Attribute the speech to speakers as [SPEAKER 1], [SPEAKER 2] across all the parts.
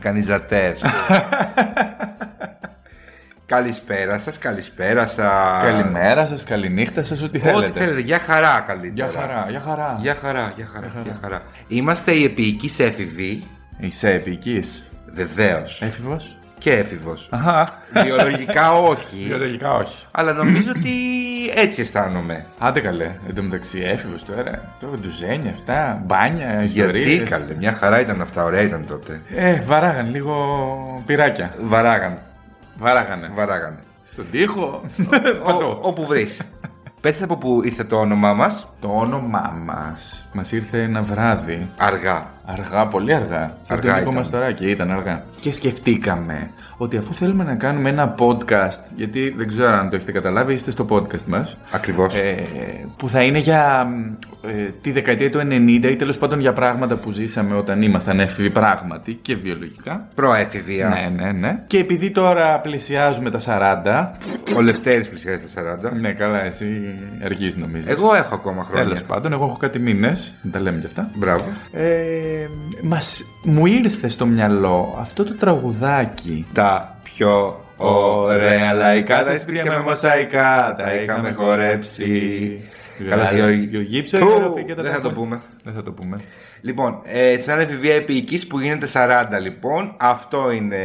[SPEAKER 1] Κανιζατέρ. καλησπέρα σας, καλησπέρα σας.
[SPEAKER 2] Καλημέρα σας, καληνύχτα σας, ό,τι
[SPEAKER 1] Ό,τι
[SPEAKER 2] θέλετε.
[SPEAKER 1] θέλετε, για χαρά καλύτερα.
[SPEAKER 2] Για χαρά, για χαρά.
[SPEAKER 1] Για χαρά, για χαρά,
[SPEAKER 2] χαρά.
[SPEAKER 1] για χαρά. Είμαστε οι επίοικοι έφηβοι,
[SPEAKER 2] Είσαι επική.
[SPEAKER 1] βεβαίως.
[SPEAKER 2] Έφηβος.
[SPEAKER 1] Και έφηβος.
[SPEAKER 2] Αχα.
[SPEAKER 1] Βιολογικά όχι,
[SPEAKER 2] Βιολογικά όχι.
[SPEAKER 1] αλλά νομίζω ότι έτσι αισθάνομαι.
[SPEAKER 2] Άντε καλέ, εν τω μεταξύ έφηβος τώρα. Αυτό ντουζένια, αυτά, μπάνια, ιστορίες.
[SPEAKER 1] Γιατί καλέ, μια χαρά ήταν αυτά, ωραία ήταν τότε.
[SPEAKER 2] Ε, βαράγαν λίγο πυράκια.
[SPEAKER 1] Βαράγαν,
[SPEAKER 2] Βαράγανε.
[SPEAKER 1] βαράγανε.
[SPEAKER 2] Στον τοίχο.
[SPEAKER 1] Ο- όπου βρεις. Πες από που ήρθε το όνομά μας,
[SPEAKER 2] Το όνομά μας μας ήρθε ένα βράδυ Ε.
[SPEAKER 1] αργά.
[SPEAKER 2] Αργά, πολύ αργά. Σαν
[SPEAKER 1] Αργά
[SPEAKER 2] το δικό
[SPEAKER 1] ήταν.
[SPEAKER 2] μας τωράκι, ήταν αργά. Και σκεφτήκαμε ότι αφού θέλουμε να κάνουμε ένα podcast, γιατί δεν ξέρω αν το έχετε καταλάβει, είστε στο podcast μας,
[SPEAKER 1] Ακριβώς.
[SPEAKER 2] ε, που θα είναι για ε, τη δεκαετία του 90 ή τέλος πάντων για πράγματα που ζήσαμε όταν ήμασταν έφηβοι πράγματι και βιολογικά.
[SPEAKER 1] Προέφηβια.
[SPEAKER 2] Ναι, ναι, ναι. Και επειδή τώρα πλησιάζουμε τα 40,
[SPEAKER 1] Ο Λευτέρης πλησιάζει στα 40.
[SPEAKER 2] ναι καλά εσύ αργείς νομίζω.
[SPEAKER 1] Εγώ έχω ακόμα
[SPEAKER 2] Τέλος
[SPEAKER 1] χρόνια.
[SPEAKER 2] πάντων, εγώ έχω κάτι μήνες, δεν τα λέμε κι αυτά.
[SPEAKER 1] Μπράβο.
[SPEAKER 2] Ε, μας, μου ήρθε στο μυαλό αυτό το τραγουδάκι.
[SPEAKER 1] Τα πιο ωραία λαϊκά τα σπίτια με μοσαϊκά τα είχαμε χορέψει. Καλά,
[SPEAKER 2] Γάλα,
[SPEAKER 1] δυο-
[SPEAKER 2] δυο γύψα,
[SPEAKER 1] Του,
[SPEAKER 2] γράφει και τα
[SPEAKER 1] Δεν θα το
[SPEAKER 2] τραγούδια.
[SPEAKER 1] πούμε.
[SPEAKER 2] Δεν θα το πούμε.
[SPEAKER 1] Λοιπόν, ε, σαν εφηβεία επίοικης που γίνεται 40 λοιπόν, αυτό είναι...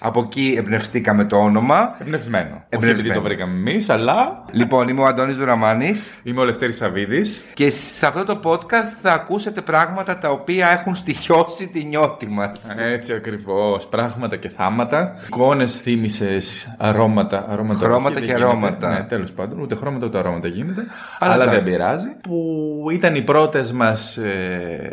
[SPEAKER 1] Από εκεί εμπνευστήκαμε το όνομα.
[SPEAKER 2] Εμπνευσμένο. Όχι
[SPEAKER 1] Εμπνευσμένο.
[SPEAKER 2] επειδή το βρήκαμε εμείς, αλλά
[SPEAKER 1] Λοιπόν, είμαι ο Αντώνης Δουραμάνης.
[SPEAKER 2] είμαι ο Λευτέρης Σαββίδης.
[SPEAKER 1] Και σε αυτό το podcast θα ακούσετε πράγματα τα οποία έχουν στοιχειώσει τη νιώτη μας.
[SPEAKER 2] Έτσι ακριβώς. Πράγματα και θάματα. Εικόνες θύμησες, αρώματα. αρώματα
[SPEAKER 1] Χρώματα
[SPEAKER 2] όχι, δεν
[SPEAKER 1] και
[SPEAKER 2] γίνεται.
[SPEAKER 1] αρώματα.
[SPEAKER 2] Ναι, τέλος πάντων. Ούτε χρώματα ούτε αρώματα γίνεται.
[SPEAKER 1] Αλλά
[SPEAKER 2] Αλλά, δεν
[SPEAKER 1] εντάξει.
[SPEAKER 2] πειράζει. Που ήταν οι πρώτες μας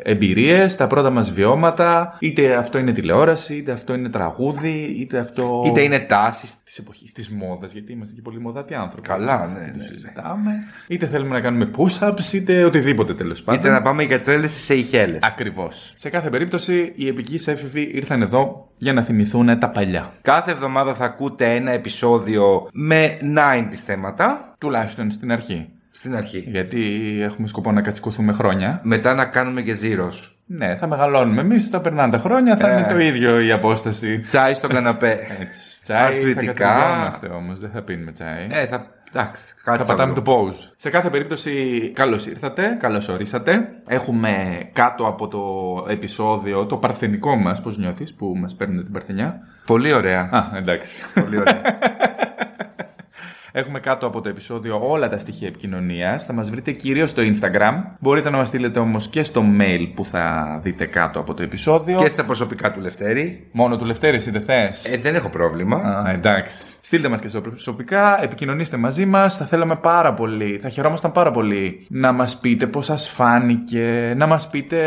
[SPEAKER 2] εμπειρίες, τα πρώτα μας βιώματα. Είτε αυτό είναι τηλεόραση, είτε αυτό είναι τραγούδι, είτε αυτό.
[SPEAKER 1] Είτε είναι τάσεις.
[SPEAKER 2] Της εποχής, της μόδας, γιατί είμαστε και πολύ μοδάτι άνθρωποι.
[SPEAKER 1] Καλά, ναι,
[SPEAKER 2] Δεν το
[SPEAKER 1] ναι, ναι.
[SPEAKER 2] συζητάμε. Είτε θέλουμε να κάνουμε push-ups, είτε οτιδήποτε τέλος πάντων.
[SPEAKER 1] Είτε να πάμε για τρέλες στις Σεϊχέλες.
[SPEAKER 2] Ακριβώς. Σε κάθε περίπτωση, οι επικοί έφηβοι ήρθαν εδώ για να θυμηθούν τα παλιά.
[SPEAKER 1] Κάθε εβδομάδα θα ακούτε ένα επεισόδιο με 90s θέματα.
[SPEAKER 2] Τουλάχιστον στην αρχή.
[SPEAKER 1] Στην αρχή.
[SPEAKER 2] Γιατί έχουμε σκοπό να κατσικωθούμε χρόνια.
[SPEAKER 1] Μετά να κάνουμε και ζύρος.
[SPEAKER 2] Ναι, θα μεγαλώνουμε εμείς, θα περνάνε τα χρόνια, θα
[SPEAKER 1] Ε.
[SPEAKER 2] είναι το ίδιο η απόσταση.
[SPEAKER 1] Τσάι στον καναπέ.
[SPEAKER 2] Έτσι. Τσάι θα
[SPEAKER 1] Αρθρητικά.
[SPEAKER 2] κατηγιόμαστε όμως, δεν θα πίνουμε τσάι.
[SPEAKER 1] ε, θα. Εντάξει, κάτι
[SPEAKER 2] Θα
[SPEAKER 1] θα
[SPEAKER 2] πατάμε
[SPEAKER 1] βρω.
[SPEAKER 2] το pause. Σε κάθε περίπτωση, καλώς ήρθατε, καλώς ορίσατε. Έχουμε κάτω από το επεισόδιο το παρθενικό μας, πώς νιώθεις, που μας παίρνουν την παρθενιά.
[SPEAKER 1] Πολύ ωραία.
[SPEAKER 2] Α, εντάξει.
[SPEAKER 1] Πολύ ωραία.
[SPEAKER 2] Έχουμε κάτω από το επεισόδιο όλα τα στοιχεία επικοινωνίας. Θα μας βρείτε κυρίως στο Instagram. Μπορείτε να μας στείλετε όμως και στο mail που θα δείτε κάτω από το επεισόδιο.
[SPEAKER 1] και στα προσωπικά του Λευτέρη.
[SPEAKER 2] Μόνο του Λευτέρη, εσύ δεν θες.
[SPEAKER 1] Ε, δεν έχω πρόβλημα.
[SPEAKER 2] Α, εντάξει. Στείλτε μας και στο προσωπικά, επικοινωνήστε μαζί μας. Θα θέλαμε πάρα πολύ, θα χαιρόμασταν πάρα πολύ να μας πείτε πώς σας φάνηκε, να μας πείτε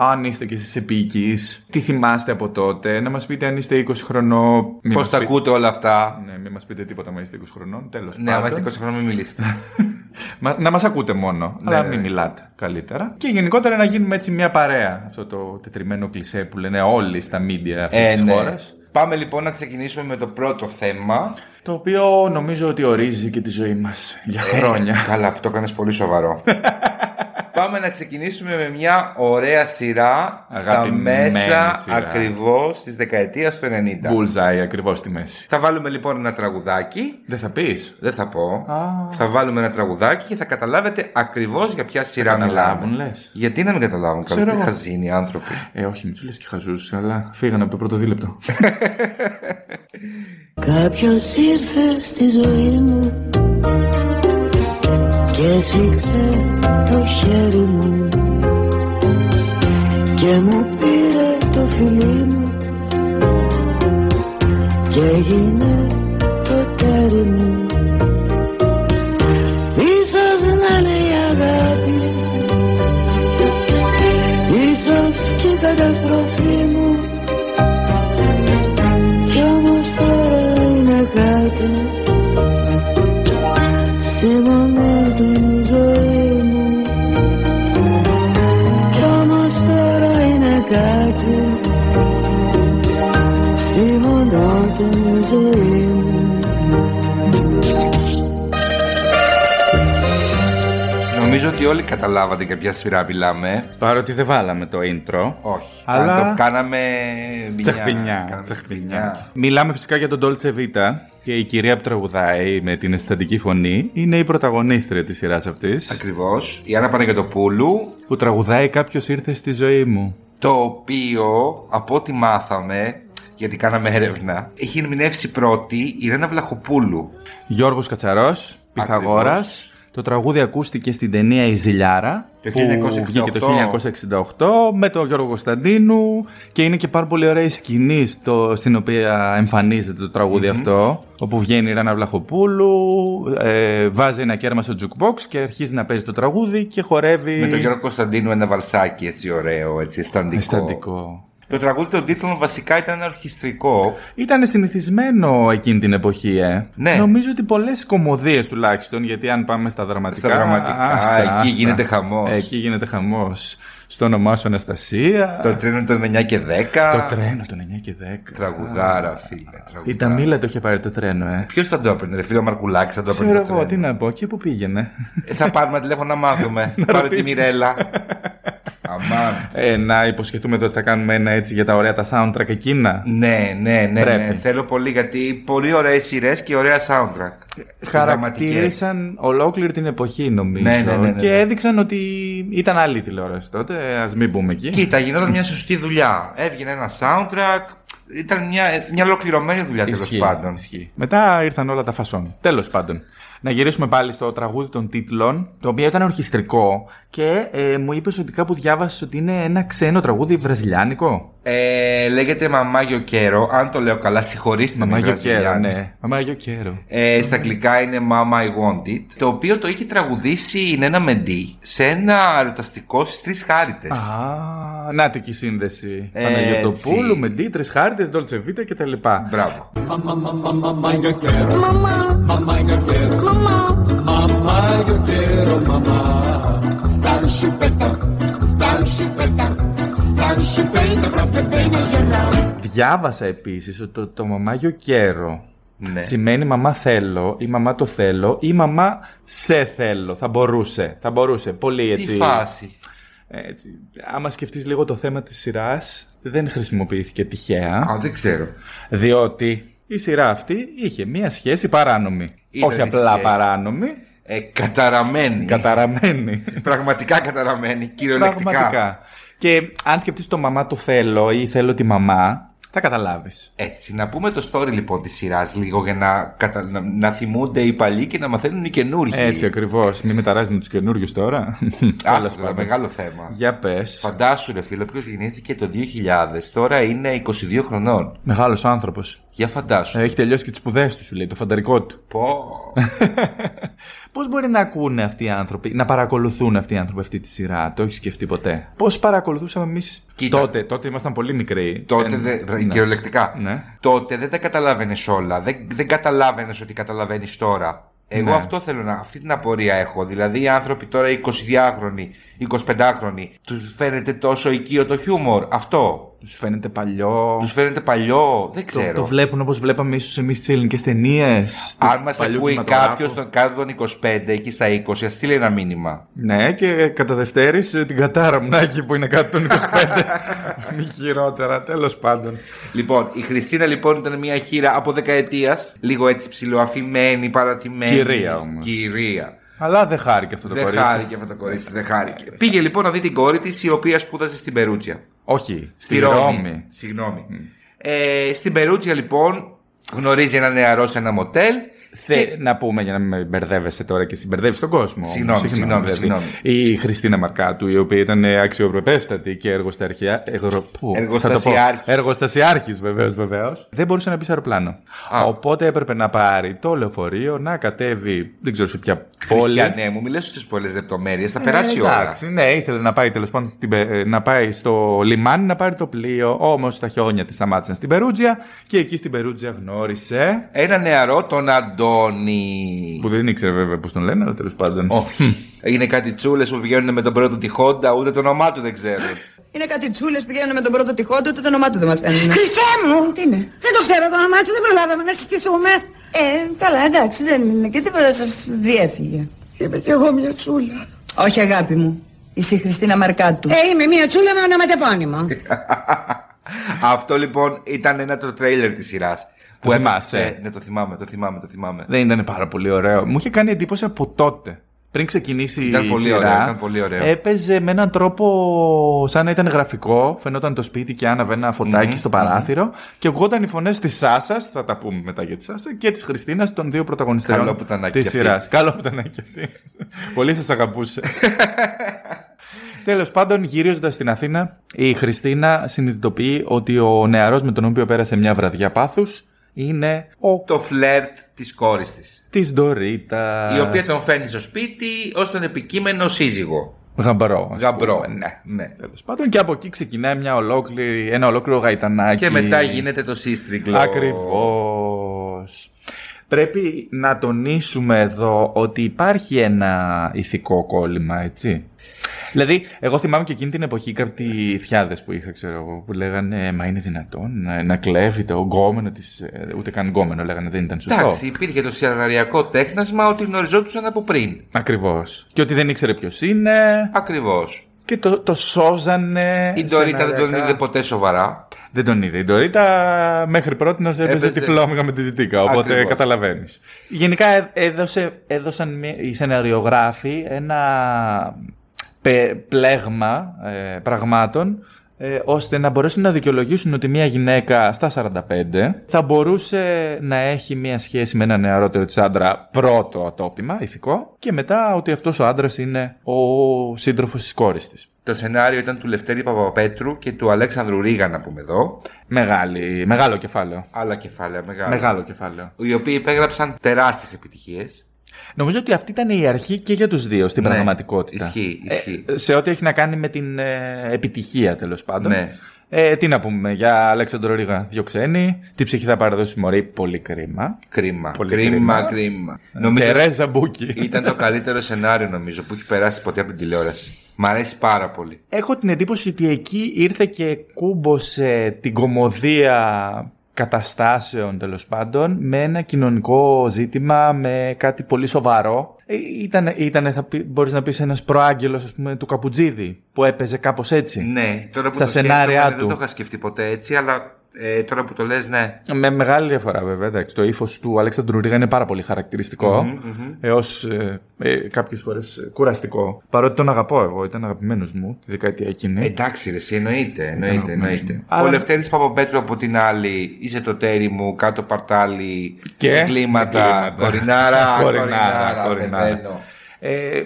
[SPEAKER 2] αν είστε και εσεί επίκη, τι θυμάστε από τότε, να μας πείτε αν είστε 20 χρονών. Μην
[SPEAKER 1] Πώς
[SPEAKER 2] μας
[SPEAKER 1] τα
[SPEAKER 2] πείτε-
[SPEAKER 1] ακούτε όλα αυτά.
[SPEAKER 2] Ναι, μην μας πείτε τίποτα, μα είστε 20 χρονών. Τέλος
[SPEAKER 1] Ναι, άμα είστε 20 χρόνια, μην μιλήσετε.
[SPEAKER 2] Μα- να μας ακούτε μόνο, αλλά
[SPEAKER 1] ναι,
[SPEAKER 2] μην
[SPEAKER 1] ναι.
[SPEAKER 2] μιλάτε καλύτερα. Και γενικότερα να γίνουμε έτσι μια παρέα. Αυτό το τετριμένο κλισέ που λένε όλοι στα μίντια αυτής
[SPEAKER 1] Ε,
[SPEAKER 2] της
[SPEAKER 1] ναι.
[SPEAKER 2] χώρας.
[SPEAKER 1] Πάμε λοιπόν να ξεκινήσουμε με το πρώτο θέμα.
[SPEAKER 2] Το οποίο νομίζω ότι ορίζει και τη ζωή μας
[SPEAKER 1] Ε,
[SPEAKER 2] για χρόνια.
[SPEAKER 1] Καλά, το έκανες πολύ σοβαρό. Πάμε να ξεκινήσουμε με μια ωραία σειρά στα
[SPEAKER 2] Αγαπημένη
[SPEAKER 1] μέσα
[SPEAKER 2] σειρά.
[SPEAKER 1] ακριβώς της δεκαετίας του 90.
[SPEAKER 2] Bullseye ακριβώς στη μέση.
[SPEAKER 1] Θα βάλουμε λοιπόν ένα τραγουδάκι.
[SPEAKER 2] Δεν θα πεις.
[SPEAKER 1] Δεν θα πω.
[SPEAKER 2] Α.
[SPEAKER 1] Θα βάλουμε ένα τραγουδάκι και θα καταλάβετε ακριβώς για ποια σειρά
[SPEAKER 2] Καταλάβουν
[SPEAKER 1] μιλάμε.
[SPEAKER 2] λες.
[SPEAKER 1] Γιατί να μην καταλάβουν
[SPEAKER 2] Ξέρω
[SPEAKER 1] καλά, τι
[SPEAKER 2] εγώ.
[SPEAKER 1] χαζοί οι άνθρωποι.
[SPEAKER 2] Ε, όχι, μην τους λες και χαζούς, αλλά φύγανε από το πρώτο δίλεπτο.
[SPEAKER 3] Κάποιος ήρθε στη ζωή μου και σφίξε το χέρι μου και μου πήρε το φιλί μου και έγινε το τέρι μου Ίσως να είναι η αγάπη Ίσως και η καταστροφή μου κι όμως τώρα είναι κάτω Στη μονότονη ζωή μου Κι όμως τώρα είναι κάτω Στη μονότονη ζωή μου
[SPEAKER 1] Νομίζω Νομίζω ότι όλοι καταλάβατε για ποια σειρά μιλάμε.
[SPEAKER 2] Παρότι δεν βάλαμε το intro.
[SPEAKER 1] Όχι.
[SPEAKER 4] Αλλά-
[SPEAKER 1] Αν το κάναμε. μηνιά,
[SPEAKER 2] Τσαχπινιά.
[SPEAKER 1] κάναμε
[SPEAKER 2] Τσαχπινιά.
[SPEAKER 1] τσαχπινιά.
[SPEAKER 2] Μιλάμε φυσικά για τον Dolce Vita. Και η κυρία που τραγουδάει με την αισθητική φωνή είναι η πρωταγωνίστρια της σειράς αυτής.
[SPEAKER 1] Ακριβώς. Η Άννα Παναγιοτοπούλου,
[SPEAKER 2] Που τραγουδάει Κάποιος ήρθε στη ζωή μου.
[SPEAKER 1] το οποίο από ό,τι μάθαμε, γιατί κάναμε έρευνα, έχει ερμηνεύσει πρώτη η Ρένα Βλαχοπούλου.
[SPEAKER 2] Γιώργος Κατσαρός, Πυθαγόρας. Το τραγούδι ακούστηκε στην ταινία Η Ζηλιάρα.
[SPEAKER 1] Το
[SPEAKER 2] Που
[SPEAKER 1] 1968.
[SPEAKER 2] βγήκε το 1968 με τον Γιώργο Κωνσταντίνου και είναι και πάρα πολύ ωραία η σκηνή στο, στην οποία εμφανίζεται το τραγουδι αυτό όπου βγαίνει η Ράνα Βλαχοπούλου ε, βάζει ένα κέρμα στο jukebox και αρχίζει να παίζει το τραγούδι και χορεύει
[SPEAKER 1] Με τον Γιώργο Κωνσταντίνου ένα βαλσάκι έτσι ωραίο, έτσι αισθαντικό.
[SPEAKER 2] αισθαντικό.
[SPEAKER 1] Το τραγούδι των τίτλων βασικά ήταν ένα ορχιστρικό.
[SPEAKER 2] Ήταν συνηθισμένο εκείνη την εποχή, ε.
[SPEAKER 1] Ναι.
[SPEAKER 2] Νομίζω ότι πολλές κομμωδίες τουλάχιστον, γιατί αν πάμε στα δραματικά. Ε,
[SPEAKER 1] Στα δραματικά, εκεί γίνεται χαμός.
[SPEAKER 2] Εκεί γίνεται χαμός. Στο όνομά σου Αναστασία.
[SPEAKER 1] Το τρένο των 9 και 10.
[SPEAKER 2] το τρένο των 9 και 10.
[SPEAKER 1] Τραγουδάρα, φίλε. Τραγουδάρα.
[SPEAKER 2] Η Ταμίλα το είχε πάρει το τρένο, ε.
[SPEAKER 1] Ποιος θα το έπαιρνε, ρε φίλο Μαρκουλάκης, θα το έπαιρνε.
[SPEAKER 2] Ξέρω
[SPEAKER 1] το
[SPEAKER 2] εγώ,
[SPEAKER 1] τρένο.
[SPEAKER 2] τι να πω, και πού πήγαινε.
[SPEAKER 1] Ε, Θα πάρουμε τηλέφωνο να μάθουμε. Πάρε τη
[SPEAKER 2] ρωτήσουμε.
[SPEAKER 1] Μιρέλα. Αμάν.
[SPEAKER 2] Ε, να υποσχεθούμε ότι θα κάνουμε ένα έτσι για τα ωραία τα soundtrack εκείνα.
[SPEAKER 1] Ναι, ναι, ναι, ναι.
[SPEAKER 2] Πρέπει.
[SPEAKER 1] Θέλω πολύ γιατί πολύ ωραίες σειρές και ωραία soundtrack. Δραματικές.
[SPEAKER 2] Χαρακτήρισαν ολόκληρη την εποχή, νομίζω.
[SPEAKER 1] Ναι, ναι, ναι, ναι, ναι.
[SPEAKER 2] Και έδειξαν ότι ήταν άλλη η τηλεόραση τότε. Ας μην πούμε εκεί.
[SPEAKER 1] Κοίτα, γινόταν μια σωστή δουλειά. Έβγαινε ένα soundtrack. Ήταν μια, μια ολοκληρωμένη δουλειά τέλος
[SPEAKER 2] Ισχύει,
[SPEAKER 1] πάντων.
[SPEAKER 2] ισχύει. Μετά ήρθαν όλα τα φασόν. Τέλος πάντων. Να γυρίσουμε πάλι στο τραγούδι των τίτλων, το οποίο ήταν ορχιστρικό και ε, μου είπες ότι κάπου διάβασες ότι είναι ένα ξένο τραγούδι βραζιλιάνικο.
[SPEAKER 1] Ε, λέγεται Μαμάγιο Κέρο. Αν το λέω καλά, συγχωρήστε με.
[SPEAKER 2] Μαμάγιο
[SPEAKER 1] Βραζιλιάνοι.
[SPEAKER 2] κέρο, ναι. Μαμάγιο κέρο.
[SPEAKER 1] Ε, στα αγγλικά είναι Mama I Want It. Το οποίο το είχε τραγουδήσει η Νένα Μεντί σε ένα ερωταστικό στις τρεις χάριτες.
[SPEAKER 2] Α, νάτικη σύνδεση.
[SPEAKER 1] Έτσι.
[SPEAKER 2] Παναγιωτοπούλου, με ντίτρε, χάρτε, ντόλτσε βίτα κτλ.
[SPEAKER 1] Μπράβο.
[SPEAKER 5] Mamá, yo quiero. Mamá, yo quiero. Mamá, yo quiero, mamá. Dame chupeta, dame chupeta, dame chupeta pra beber na gelada.
[SPEAKER 2] Διάβασα επίσης ότι το, το μαμάγιο κέρο
[SPEAKER 1] Ναι.
[SPEAKER 2] Σημαίνει μαμά θέλω ή μαμά το θέλω ή μαμά σε θέλω. Θα μπορούσε. Θα μπορούσε. Πολύ
[SPEAKER 1] Τι
[SPEAKER 2] έτσι.
[SPEAKER 1] φάση.
[SPEAKER 2] έτσι. Άμα σκεφτείς λίγο το θέμα της σειράς, δεν χρησιμοποιήθηκε τυχαία.
[SPEAKER 1] Α, δεν ξέρω.
[SPEAKER 2] Διότι η σειρά αυτή είχε μία σχέση παράνομη.
[SPEAKER 1] Ήταν
[SPEAKER 2] Όχι
[SPEAKER 1] η
[SPEAKER 2] απλά
[SPEAKER 1] σχέση.
[SPEAKER 2] παράνομη,
[SPEAKER 1] Ε, καταραμένη.
[SPEAKER 2] καταραμένη.
[SPEAKER 1] Πραγματικά καταραμένη, κυριολεκτικά.
[SPEAKER 2] Πραγματικά. Και αν σκεφτείς το μαμά το θέλω ή θέλω τη μαμά, θα καταλάβεις.
[SPEAKER 1] Έτσι, να πούμε το story λοιπόν της σειράς λίγο για να, κατα... να, να θυμούνται οι παλιοί και να μαθαίνουν οι καινούργοι.
[SPEAKER 2] Έτσι ακριβώς. Μην μεταράζουμε τους καινούριους τώρα. Τέλος
[SPEAKER 1] Άστο, τώρα,
[SPEAKER 2] πάντων.
[SPEAKER 1] μεγάλο θέμα.
[SPEAKER 2] Για πες.
[SPEAKER 1] Φαντάσου, ρε φίλο, ποιος γεννήθηκε το 2000, τώρα είναι 22 χρονών.
[SPEAKER 2] Μεγάλος άνθρωπος.
[SPEAKER 1] Για φαντάσου.
[SPEAKER 2] Έχει τελειώσει και τις σπουδές του, σου λέει, το φανταρικό του.
[SPEAKER 1] Πω.
[SPEAKER 2] Πώς μπορεί να ακούνε αυτοί οι άνθρωποι, να παρακολουθούν αυτοί οι άνθρωποι αυτή τη σειρά, το έχεις σκεφτεί ποτέ. Πώς παρακολουθούσαμε εμείς
[SPEAKER 1] Κοίτα.
[SPEAKER 2] τότε, τότε ήμασταν πολύ μικροί.
[SPEAKER 1] Τότε
[SPEAKER 2] Δεν-
[SPEAKER 1] δεν.
[SPEAKER 2] ναι.
[SPEAKER 1] Κυριολεκτικά.
[SPEAKER 2] Ναι.
[SPEAKER 1] Τότε δεν τα καταλάβαινες όλα. Δεν, δεν καταλάβαινες ότι καταλαβαίνεις τώρα. Εγώ
[SPEAKER 2] Ναι.
[SPEAKER 1] αυτό θέλω να. Αυτή την απορία έχω. Δηλαδή, οι άνθρωποι τώρα 22χρονοι, 25χρονοι, τους φαίνεται τόσο οικείο το χιούμορ. Αυτό.
[SPEAKER 2] Τους φαίνεται παλιό.
[SPEAKER 1] Τους φαίνεται παλιό. Δεν
[SPEAKER 2] το,
[SPEAKER 1] ξέρω.
[SPEAKER 2] το βλέπουν όπως βλέπαμε ίσως εμείς τις ελληνικές ταινίες.
[SPEAKER 1] Αν μας ακούει κάποιο τον κάτω των 25 εκεί στα 20, ας στείλει ένα μήνυμα.
[SPEAKER 2] Ναι, και κατά Δευτέρης την κατάρα μου να έχει που είναι κάτω των 25. Μη χειρότερα, τέλος πάντων.
[SPEAKER 1] Λοιπόν, η Χριστίνα λοιπόν ήταν μια χείρα από δεκαετίας. Λίγο έτσι ψηλοαφημένη, παρατημένη.
[SPEAKER 2] Κυρία όμως.
[SPEAKER 1] Κυρία.
[SPEAKER 2] Αλλά δεν χάρηκε αυτό το
[SPEAKER 1] δεν
[SPEAKER 2] κορίτσι.
[SPEAKER 1] χάρηκε αυτό το κορίτσι, δεν χάρηκε. Πήγε λοιπόν να δει την κόρη της, η οποία σπούδασε στην Περούτσια.
[SPEAKER 2] Όχι, στη Ρώμη. Mm.
[SPEAKER 1] Συγγνώμη. Ε, στην Περούτσια λοιπόν γνωρίζει ένα νεαρό σε ένα μοτέλ.
[SPEAKER 2] Θε... Να πούμε για να μην μπερδεύεσαι τώρα και συμπερδεύεις τον κόσμο.
[SPEAKER 1] Συγγνώμη,
[SPEAKER 2] Συγγνώμη,
[SPEAKER 1] συγγνώμη,
[SPEAKER 2] δηλαδή.
[SPEAKER 1] συγγνώμη.
[SPEAKER 2] Η Χριστίνα Μαρκάτου, η οποία ήταν ε, αξιοπρεπέστατη και εργοστασιάρχη. Εγρο... πού, θα το πω.
[SPEAKER 1] Εργοστασιάρχης.
[SPEAKER 2] Εργοστασιάρχης, βεβαίως, βεβαίως. Δεν μπορούσε να πεις αεροπλάνο.
[SPEAKER 1] Α.
[SPEAKER 2] Οπότε έπρεπε να πάρει το λεωφορείο, να κατέβει, δεν ξέρω σε ποια πόλη.
[SPEAKER 1] Χριστιανέ μου, μιλέ στις πολλές λεπτομέρειες, θα περάσει
[SPEAKER 2] Ε,
[SPEAKER 1] η ώρα.
[SPEAKER 2] Εντάξει, ναι, ήθελε να πάει τέλος πάντων στην Πε- ε, να πάει στο λιμάνι να πάρει το πλοίο. Όμως τα χιόνια της σταμάτησαν στην Περούτζια και εκεί στην Περούτζια γνώρισε.
[SPEAKER 1] Ένα νεαρό, τον Αντώνη.
[SPEAKER 2] Που δεν ήξερε βέβαια πώς τον λένε, αλλά τέλος πάντων.
[SPEAKER 1] Όχι. Είναι κάτι τσούλες που βγαίνουν με τον πρώτο τη Χόντα, ούτε το όνομά του δεν ξέρουν.
[SPEAKER 6] Είναι κάτι τσούλες πηγαίνουν με τον πρώτο τυχόντο, το όνομά του δεν μαθαίνουν.
[SPEAKER 7] Χριστέ μου!
[SPEAKER 6] Τι είναι?
[SPEAKER 7] Δεν το ξέρω το όνομά του, δεν προλάβαμε να συστηθούμε.
[SPEAKER 6] Ε, καλά, εντάξει, δεν είναι. Και τίποτα σας διέφυγε.
[SPEAKER 7] Είμαι κι εγώ μια τσούλα.
[SPEAKER 6] Όχι, αγάπη μου. Είσαι η Χριστίνα Μαρκάτου.
[SPEAKER 7] Ε, είμαι μια τσούλα με ονοματεπώνυμο.
[SPEAKER 1] Αυτό λοιπόν ήταν ένα το τρέιλερ της σειράς.
[SPEAKER 2] Το θυμάσαι.
[SPEAKER 1] ναι, το θυμάμαι, το θυμάμαι, το θυμάμαι.
[SPEAKER 2] Δεν ήταν πάρα πολύ ωραίο. Μου είχε κάνει εντύπωση από τότε. Πριν ξεκινήσει
[SPEAKER 1] Ήταν
[SPEAKER 2] η
[SPEAKER 1] πολύ
[SPEAKER 2] σειρά,
[SPEAKER 1] ωραίο, ήταν πολύ ωραίο.
[SPEAKER 2] έπαιζε με έναν τρόπο σαν να ήταν γραφικό. Φαινόταν το σπίτι και άναβε ένα φωτάκι στο παράθυρο. Και ακουγόταν οι φωνές της Σάσας, θα τα πούμε μετά για τη Σάσα, και της Χριστίνας των δύο
[SPEAKER 1] Καλό
[SPEAKER 2] πρωταγωνιστών
[SPEAKER 1] που ήταν
[SPEAKER 2] τη
[SPEAKER 1] και αυτή.
[SPEAKER 2] σειράς. Καλό που ήταν και αυτή. πολύ σας αγαπούσε. Τέλος πάντων, γυρίζοντας στην Αθήνα, η Χριστίνα συνειδητοποιεί ότι ο νεαρός με τον οποίο πέρασε μια βραδιά πάθους είναι ο
[SPEAKER 1] Το φλερτ της κόρης της.
[SPEAKER 2] της Ντορίτας.
[SPEAKER 1] Η οποία τον φέρνει στο σπίτι ως τον επικείμενο σύζυγο.
[SPEAKER 2] Γαμπρό. ας
[SPEAKER 1] Γαμπρό.
[SPEAKER 2] πούμε, Ναι.
[SPEAKER 1] ναι.
[SPEAKER 2] Τέλος πάντων, και από εκεί ξεκινάει μια ολόκληρη, ένα ολόκληρο γαϊτανάκι.
[SPEAKER 1] Και μετά γίνεται το σύστριγκλο.
[SPEAKER 2] Ακριβώς. Πρέπει να τονίσουμε εδώ ότι υπάρχει ένα ηθικό κόλλημα, έτσι. Δηλαδή, εγώ θυμάμαι και εκείνη την εποχή κάποιοι θιάδε που είχα, ξέρω εγώ, που λέγανε Μα είναι δυνατόν να, να κλέβει το γκόμενο της. Ούτε καν γκόμενο, λέγανε δεν ήταν σωστό.
[SPEAKER 1] Εντάξει, υπήρχε το σιαδαριακό τέχνασμα ότι γνωριζόντουσαν από πριν.
[SPEAKER 2] Ακριβώς. Και ότι δεν ήξερε ποιος είναι.
[SPEAKER 1] Ακριβώς.
[SPEAKER 2] Και το, το σώζανε.
[SPEAKER 1] Η Ντορίτα δεν τον
[SPEAKER 2] Ε, σεναριακά.
[SPEAKER 1] είδε ποτέ σοβαρά.
[SPEAKER 2] Δεν τον είδε. Η Ντορίτα μέχρι πρώτη να έπαιζε
[SPEAKER 1] Έπαιζε.
[SPEAKER 2] τη φλόμιγα με την Τιτίκα. Οπότε
[SPEAKER 1] Ακριβώς.
[SPEAKER 2] καταλαβαίνεις. Γενικά ε- έδωσε, έδωσαν μια- οι σεναριογράφοι ένα πε- πλέγμα ε, πραγμάτων ε, ώστε να μπορέσουν να δικαιολογήσουν ότι μια γυναίκα στα 45 θα μπορούσε να έχει μια σχέση με έναν νεαρότερο της άντρα πρώτο ατόπιμα, ηθικό και μετά ότι αυτός ο άντρας είναι ο σύντροφος της κόρης της.
[SPEAKER 1] Το σενάριο ήταν του Λευτέρη Παπαπέτρου και του Αλέξανδρου Ρίγα, να πούμε εδώ.
[SPEAKER 2] Μεγάλη, μεγάλο κεφάλαιο.
[SPEAKER 1] Άλλα κεφάλαια μεγάλα.
[SPEAKER 2] Μεγάλο κεφάλαιο.
[SPEAKER 1] Οι οποίοι υπέγραψαν τεράστιες επιτυχίες.
[SPEAKER 2] Νομίζω ότι αυτή ήταν η αρχή και για τους δύο στην
[SPEAKER 1] Ναι,
[SPEAKER 2] πραγματικότητα.
[SPEAKER 1] ισχύει,
[SPEAKER 2] Ε,
[SPEAKER 1] ισχύει.
[SPEAKER 2] σε ό,τι έχει να κάνει με την ε, επιτυχία τέλος πάντων.
[SPEAKER 1] Ναι.
[SPEAKER 2] Ε, τι να πούμε για Αλέξανδρο Ρίγα, δύο ξένοι. Τι ψυχή θα παραδώσει μωρή, πολύ κρίμα.
[SPEAKER 1] Κρίμα.
[SPEAKER 2] Πολύ
[SPEAKER 1] κρίμα,
[SPEAKER 2] κρίμα.
[SPEAKER 1] κρίμα.
[SPEAKER 2] Τερέζα Μπούκη.
[SPEAKER 1] ήταν το καλύτερο σενάριο, νομίζω, που έχει περάσει ποτέ από την τηλεόραση. Μ' αρέσει πάρα πολύ.
[SPEAKER 2] Έχω την εντύπωση ότι εκεί ήρθε και κούμποσε την κομμωδία καταστάσεων τέλος πάντων με ένα κοινωνικό ζήτημα, με κάτι πολύ σοβαρό. Ε, Ήταν, ήτανε, θα πει, μπορείς να πεις, ένας προάγγελος ας πούμε, του Καπουτζίδη που έπαιζε κάπως έτσι.
[SPEAKER 1] Ναι, τώρα που
[SPEAKER 2] Στα
[SPEAKER 1] το
[SPEAKER 2] σενάρια
[SPEAKER 1] σκέφτομαι,
[SPEAKER 2] του.
[SPEAKER 1] Δεν το είχα σκεφτεί ποτέ έτσι, αλλά ε, τώρα που το λες, ναι.
[SPEAKER 2] Με μεγάλη διαφορά βέβαια. Εντάξει, το ύφος του Αλέξανδρου Ρίγα είναι πάρα πολύ χαρακτηριστικό. Έως ε, ε, κάποιες φορές κουραστικό. Παρότι τον αγαπώ εγώ, ήταν αγαπημένος μου τη δεκαετία εκείνη.
[SPEAKER 1] Εντάξει, ρε, εσύ εννοείται, εννοείται, εννοείται.
[SPEAKER 2] Αλλά-
[SPEAKER 1] Ο Λευτέρης Παπαπέτρου από την άλλη, είσαι το τέρι μου, κάτω παρτάλι,
[SPEAKER 2] Και-
[SPEAKER 1] εγκλήματα,
[SPEAKER 2] εγκλήματα.
[SPEAKER 1] κορινάρα,
[SPEAKER 2] Κορινάρα,
[SPEAKER 1] κορινάρα,
[SPEAKER 2] κορινάρα.
[SPEAKER 1] πεθαίνω.
[SPEAKER 2] Ε,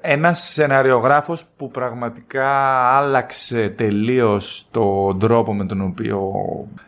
[SPEAKER 2] ένας σεναριογράφος που πραγματικά άλλαξε τελείως τον τρόπο με τον οποίο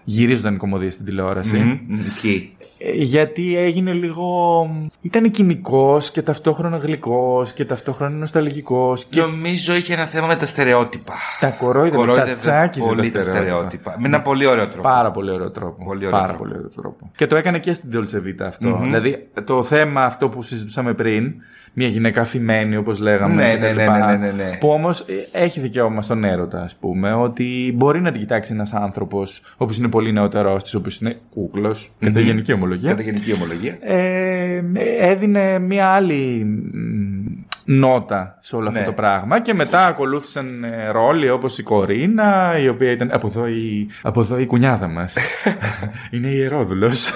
[SPEAKER 2] γυρίζονταν οι κομμωδίες στην τηλεοραση
[SPEAKER 1] Μμμ, Ισχύει.
[SPEAKER 2] γιατί έγινε λίγο... ήταν κοινικός και ταυτόχρονα γλυκός και ταυτόχρονα νοσταλγικός και
[SPEAKER 1] Νομίζω είχε ένα θέμα με τα στερεότυπα.
[SPEAKER 2] τα κορόιδευε, τα τσάκιζε
[SPEAKER 1] πολύ τα στερεότυπα. Με ένα πολύ ωραίο τρόπο.
[SPEAKER 2] Πάρα πολύ ωραίο τρόπο.
[SPEAKER 1] Πολύ ωραίο
[SPEAKER 2] Πάρα
[SPEAKER 1] τρόπο.
[SPEAKER 2] πολύ ωραίο τρόπο. Και το έκανε και στην Dolce Vita αυτο Δηλαδή το θέμα αυτό που συζητούσαμε πριν, μια γυναίκα αφημένη όπως λέγαμε.
[SPEAKER 1] Ναι,
[SPEAKER 2] και τα
[SPEAKER 1] ναι, ναι,
[SPEAKER 2] λοιπά,
[SPEAKER 1] ναι, ναι, ναι, ναι.
[SPEAKER 2] Που όμως έχει δικαίωμα στον έρωτα, ας πούμε, ότι μπορεί να την κοιτάξει ένας άνθρωπος, ο οποίο είναι πολύ νεότερό της, ο οποίο είναι κούκλο, κατά γενική ομολογία.
[SPEAKER 1] Κατά γενική ομολογία.
[SPEAKER 2] Ε, έδινε μια άλλη μ, νότα σε όλο αυτό
[SPEAKER 1] Ναι.
[SPEAKER 2] το πράγμα και μετά ακολούθησαν ε, ρόλοι όπως η Κορίνα η οποία ήταν από εδώ η, από εδώ η κουνιάδα μας είναι ιερόδουλος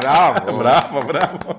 [SPEAKER 1] Μπράβο.
[SPEAKER 2] μπράβο μπράβο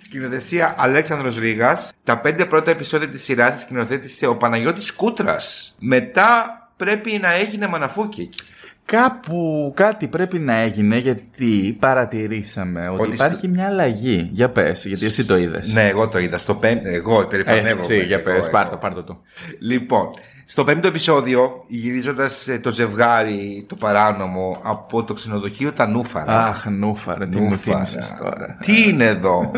[SPEAKER 1] Σκηνοθεσία Αλέξανδρος Ρήγας. Τα πέντε πρώτα επεισόδια της σειράς της σκηνοθέτησε ο Παναγιώτης Κούτρας. Μετά πρέπει να έγινε μαναφούκι εκεί.
[SPEAKER 2] κάπου κάτι πρέπει να έγινε γιατί παρατηρήσαμε ότι,
[SPEAKER 1] Ότι
[SPEAKER 2] υπάρχει
[SPEAKER 1] στο-
[SPEAKER 2] μια αλλαγή για πες γιατί εσύ το είδες Ε,
[SPEAKER 1] Ναι, εγώ το είδα. Στο πέμπτο, εγώ υπερηφανεύομαι.
[SPEAKER 2] εσύ για
[SPEAKER 1] Εγώ,
[SPEAKER 2] πες
[SPEAKER 1] εγώ.
[SPEAKER 2] πάρ' το, πάρ' το το
[SPEAKER 1] Λοιπόν, στο πέμπτο επεισόδιο, γυρίζοντας το ζευγάρι, το παράνομο, από το ξενοδοχείο τα Νούφαρα.
[SPEAKER 2] Αχ, νούφαρε, τι μου
[SPEAKER 1] Νούφαρα.
[SPEAKER 2] θύμισες τώρα.
[SPEAKER 1] Τι είναι εδώ.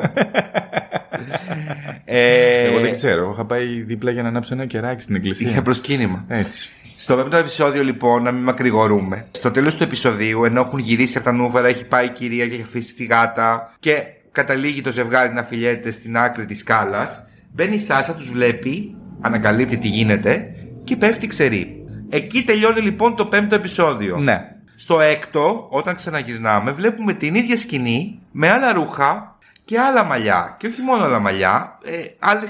[SPEAKER 1] ε,
[SPEAKER 2] Εγώ δεν ξέρω. Εγώ είχα πάει δίπλα για να ανάψω ένα κεράκι στην
[SPEAKER 1] Είχε
[SPEAKER 2] εκκλησία.
[SPEAKER 1] προσκύνημα.
[SPEAKER 2] Έτσι.
[SPEAKER 1] Στο πέμπτο επεισόδιο, λοιπόν, να μην μακρηγορούμε. Στο τέλος του επεισοδίου, ενώ έχουν γυρίσει από τα νούμερα, έχει πάει η κυρία και έχει αφήσει τη γάτα και καταλήγει το ζευγάρι να φιλιέται στην άκρη της σκάλας. Μπαίνει η Σάσα, τους βλέπει, ανακαλύπτει τι γίνεται και πέφτει ξερή. Εκεί τελειώνει λοιπόν το πέμπτο επεισόδιο.
[SPEAKER 2] Ναι.
[SPEAKER 1] Στο έκτο, όταν ξαναγυρνάμε, βλέπουμε την ίδια σκηνή με άλλα ρούχα και άλλα μαλλιά. Και όχι μόνο άλλα μαλλιά, ε, άλλη-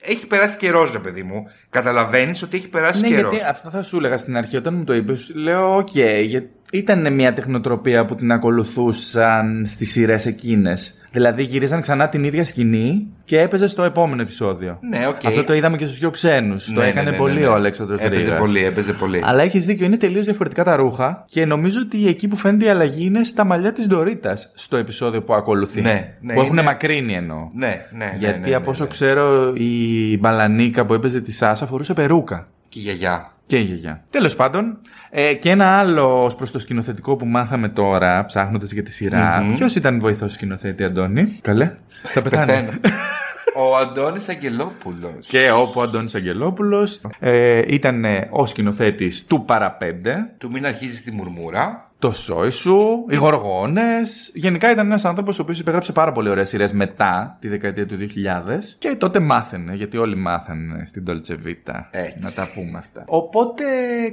[SPEAKER 1] έχει περάσει καιρός, ρε παιδί μου. Καταλαβαίνεις ότι έχει περάσει
[SPEAKER 2] Ναι,
[SPEAKER 1] καιρός.
[SPEAKER 2] γιατί αυτό θα σου έλεγα στην αρχή όταν μου το είπες. Λέω, οκ, για- ήταν μια τεχνοτροπία που την ακολουθούσαν στις σειρές εκείνες. Δηλαδή γυρίζαν ξανά την ίδια σκηνή και έπαιζε στο επόμενο επεισόδιο.
[SPEAKER 1] Ναι, οκ.
[SPEAKER 2] Αυτό το είδαμε και στους δύο ξένους. το
[SPEAKER 1] Ναι, ναι,
[SPEAKER 2] έκανε
[SPEAKER 1] ναι, ναι,
[SPEAKER 2] πολύ
[SPEAKER 1] ναι.
[SPEAKER 2] ο Αλέξανδρος
[SPEAKER 1] Έπαιζε
[SPEAKER 2] Ρήγας.
[SPEAKER 1] πολύ, έπαιζε πολύ.
[SPEAKER 2] Αλλά έχεις δίκιο, είναι τελείως διαφορετικά τα ρούχα και νομίζω ότι εκεί που φαίνεται η αλλαγή είναι στα μαλλιά της Ντορίτας στο επεισόδιο που ακολουθεί.
[SPEAKER 1] Ναι, ναι,
[SPEAKER 2] που έχουν
[SPEAKER 1] είναι-
[SPEAKER 2] μακρύνει εννοώ.
[SPEAKER 1] Ναι, ναι, ναι.
[SPEAKER 2] Γιατί
[SPEAKER 1] ναι, ναι,
[SPEAKER 2] από όσο
[SPEAKER 1] ναι.
[SPEAKER 2] ξέρω η Μπαλανίκα που έπαιζε τη Σάσα φορούσε περούκα.
[SPEAKER 1] Και η γιαγιά.
[SPEAKER 2] Και η γιαγιά. Τέλος πάντων, ε, και ένα άλλο ως προς το σκηνοθετικό που μάθαμε τώρα, ψάχνοντας για τη σειρα Ποιος ήταν βοηθός σκηνοθέτη, Αντώνη. Καλέ. Θα πεθάνω.
[SPEAKER 1] Πεθαίνω. Ο Αντώνης Αγγελόπουλος.
[SPEAKER 2] και όπου ο Αντώνης Αγγελόπουλος ε, ήταν ε, ο σκηνοθέτης του Παραπέντε,
[SPEAKER 1] Του μην αρχίζεις τη μουρμούρα.
[SPEAKER 2] το Σόι σου, οι Γοργόνες. Γενικά ήταν ένας άνθρωπος ο οποίος υπέγραψε πάρα πολύ ωραίες σειρές μετά τη δεκαετία του 2000 και τότε μάθαινε, γιατί όλοι μάθανε στην Τολτσεβίτα.
[SPEAKER 1] Έτσι.
[SPEAKER 2] Να τα πούμε αυτά. Οπότε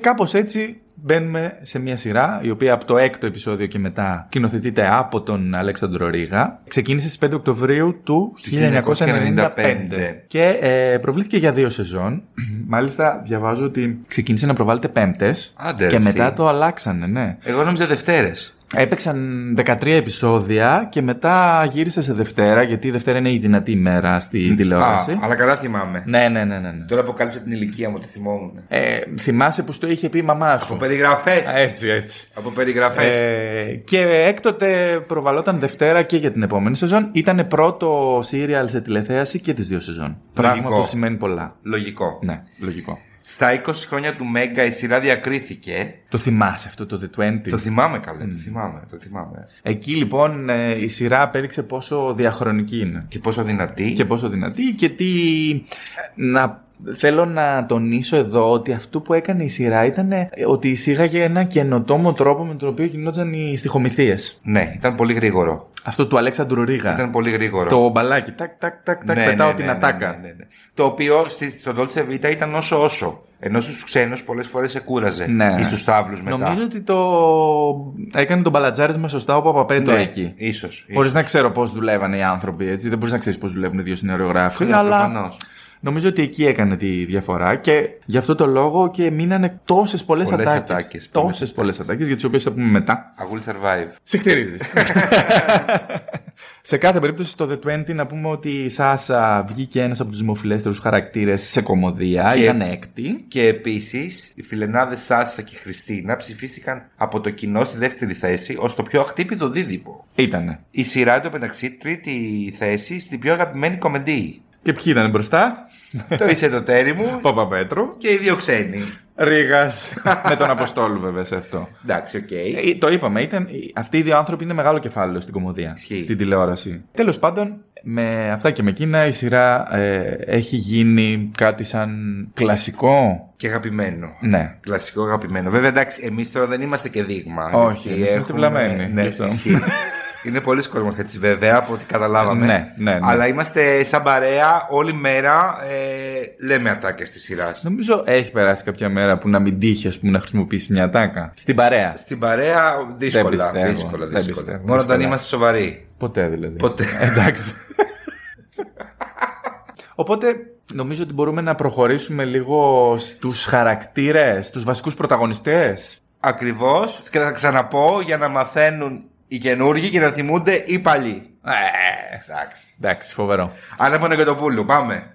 [SPEAKER 2] κάπως έτσι μπαίνουμε σε μια σειρά η οποία από το έκτο επεισόδιο και μετά κοινοθετείται από τον Αλέξανδρο Ρίγα. Ξεκίνησε στις 5 Οκτωβρίου του 1995 και ε, προβλήθηκε για δύο σεζόν. Μάλιστα διαβάζω ότι ξεκίνησε να προβάλλεται πέμπτες
[SPEAKER 1] Άντε,
[SPEAKER 2] και
[SPEAKER 1] ρε,
[SPEAKER 2] μετά
[SPEAKER 1] εσύ.
[SPEAKER 2] το αλλάξανε, ναι.
[SPEAKER 1] Εγώ νόμιζα Δευτέρες.
[SPEAKER 2] Έπαιξαν 13 επεισόδια και μετά γύρισε σε Δευτέρα, γιατί η Δευτέρα είναι η δυνατή ημέρα στη τηλεόραση.
[SPEAKER 1] αλλά καλά θυμάμαι.
[SPEAKER 2] Ε, Ναι, ναι, ναι, ναι. ναι.
[SPEAKER 1] Τώρα αποκάλυψα την ηλικία μου, το θυμόμουν.
[SPEAKER 2] Ε, θυμάσαι που στο είχε πει η μαμά σου.
[SPEAKER 1] Περιγραφέ.
[SPEAKER 2] Έτσι, έτσι.
[SPEAKER 1] Από περιγραφές.
[SPEAKER 2] Ε, και έκτοτε προβαλόταν Δευτέρα και για την επόμενη σεζόν. Ήταν πρώτο σύριαλ σε τηλεθέαση και τις δύο σεζόν. Πράγμα που σημαίνει πολλά.
[SPEAKER 1] Λογικό.
[SPEAKER 2] Ναι, λογικό.
[SPEAKER 1] Στα 20 χρόνια του Μέγκα η σειρά διακρίθηκε.
[SPEAKER 2] Το θυμάσαι αυτό το The 20.
[SPEAKER 1] Το θυμάμαι καλά, το θυμάμαι, το θυμάμαι.
[SPEAKER 2] Εκεί λοιπόν ε, η σειρά απέδειξε πόσο διαχρονική είναι.
[SPEAKER 1] Και πόσο δυνατή.
[SPEAKER 2] και πόσο δυνατή και τι... Να... Θέλω να τονίσω εδώ ότι αυτό που έκανε η σειρά ήταν ε, ότι εισήγαγε ένα καινοτόμο τρόπο με τον οποίο γινόταν οι στοιχομηθίες.
[SPEAKER 1] Ναι, ήταν πολύ γρήγορο.
[SPEAKER 2] Αυτό του Αλέξανδρου Ρίγα.
[SPEAKER 1] Ήταν πολύ γρήγορο.
[SPEAKER 2] Ε, Το μπαλάκι, τάκ, τάκ, τάκ, τάκ,
[SPEAKER 1] Ναι,
[SPEAKER 2] πετάω
[SPEAKER 1] ναι,
[SPEAKER 2] την
[SPEAKER 1] ναι, ναι,
[SPEAKER 2] ατάκα.
[SPEAKER 1] ναι, ναι, ναι. Το οποίο στη, στο Dolce Vita ήταν όσο όσο. Ενώ στους ξένους πολλές φορές σε κούραζε.
[SPEAKER 2] Ναι.
[SPEAKER 1] Ή στους τάβλους μετά.
[SPEAKER 2] Νομίζω ότι το έκανε τον μπαλατζάρισμα σωστά ο Παπαπέτο
[SPEAKER 1] ναι,
[SPEAKER 2] εκεί.
[SPEAKER 1] Ίσως,
[SPEAKER 2] Χωρίς
[SPEAKER 1] ίσως.
[SPEAKER 2] να ξέρω πώς δουλεύανε οι άνθρωποι, έτσι. Δεν μπορείς να ξέρεις πώς δουλεύουν οι δύο συνεργογράφοι.
[SPEAKER 1] Ναι,
[SPEAKER 2] αλλά
[SPEAKER 1] προφανώς.
[SPEAKER 2] νομίζω ότι εκεί έκανε τη διαφορά και γι' αυτό το λόγο και μείνανε τόσες πολλές
[SPEAKER 1] Πολλές
[SPEAKER 2] ατάκες.
[SPEAKER 1] ατάκες, πολλές
[SPEAKER 2] Τόσες πολλές ατάκες, για τις οποίες θα πούμε μετά.
[SPEAKER 1] I will survive.
[SPEAKER 2] Σε χτυρίζει. σε κάθε περίπτωση στο The 20 να πούμε ότι η Σάσα βγήκε ένας από τους δημοφιλέστερους χαρακτήρες σε κομμωδία.
[SPEAKER 1] Και-
[SPEAKER 2] Ήταν έκτη.
[SPEAKER 1] Και επίσης, οι φιλενάδες Σάσα και Χριστίνα ψηφίστηκαν από το κοινό στη δεύτερη θέση ως το πιο αχτύπητο δίδυμο.
[SPEAKER 2] Ήτανε.
[SPEAKER 1] Η σειρά του μεταξύ τρίτη θέση στην πιο αγαπημένη κομμεντή.
[SPEAKER 2] Και ποιοι ήταν μπροστά.
[SPEAKER 1] το είσαι το τέρι μου
[SPEAKER 2] Παπαπέτρου.
[SPEAKER 1] και οι δύο ξένοι.
[SPEAKER 2] Ρίγα. με τον Αποστόλου βέβαια σε αυτό.
[SPEAKER 1] Εντάξει, οκ.
[SPEAKER 2] Ε, το είπαμε, ήταν, αυτοί οι δύο άνθρωποι είναι μεγάλο κεφάλαιο στην κομμωδία.
[SPEAKER 1] Ισχύει.
[SPEAKER 2] Στην τηλεόραση. Τέλος πάντων, με αυτά και με εκείνα, η σειρά ε, έχει γίνει κάτι σαν κλασικό.
[SPEAKER 1] Και αγαπημένο.
[SPEAKER 2] Ναι.
[SPEAKER 1] Κλασικό αγαπημένο. Βέβαια, εντάξει, εμείς τώρα δεν είμαστε και δείγμα.
[SPEAKER 2] Όχι,
[SPEAKER 1] γιατί
[SPEAKER 2] εμείς είμαστε βλαμμένοι,
[SPEAKER 1] Ναι,
[SPEAKER 2] γι' αυτό.
[SPEAKER 1] ισχύει. Είναι πολλοί κόσμος έτσι, βέβαια, από ό,τι καταλάβαμε.
[SPEAKER 2] Ναι, ναι, ναι.
[SPEAKER 1] Αλλά είμαστε σαν παρέα όλη μέρα. Ε, λέμε ατάκες τη σειρά.
[SPEAKER 2] Νομίζω έχει περάσει κάποια μέρα που να μην τύχει, ας πούμε, να χρησιμοποιήσεις μια τάκα. Στην παρέα.
[SPEAKER 1] Στην παρέα δύσκολα.
[SPEAKER 2] πιστεύω,
[SPEAKER 1] δύσκολα,
[SPEAKER 2] δεν
[SPEAKER 1] δύσκολα.
[SPEAKER 2] πιστεύω,
[SPEAKER 1] Μόνο όταν
[SPEAKER 2] δύσκολα.
[SPEAKER 1] είμαστε σοβαροί.
[SPEAKER 2] Ποτέ δηλαδή.
[SPEAKER 1] Ποτέ.
[SPEAKER 2] Εντάξει. Οπότε νομίζω ότι μπορούμε να προχωρήσουμε λίγο στους χαρακτήρες, στους βασικούς πρωταγωνιστές.
[SPEAKER 1] Ακριβώς. Και θα ξαναπώ για να μαθαίνουν οι καινούργοι και να θυμούνται οι παλιοί.
[SPEAKER 2] Ε,
[SPEAKER 1] Εντάξει.
[SPEAKER 2] εντάξει, φοβερό.
[SPEAKER 1] Άννα Πονοκοτοπούλου, πάμε.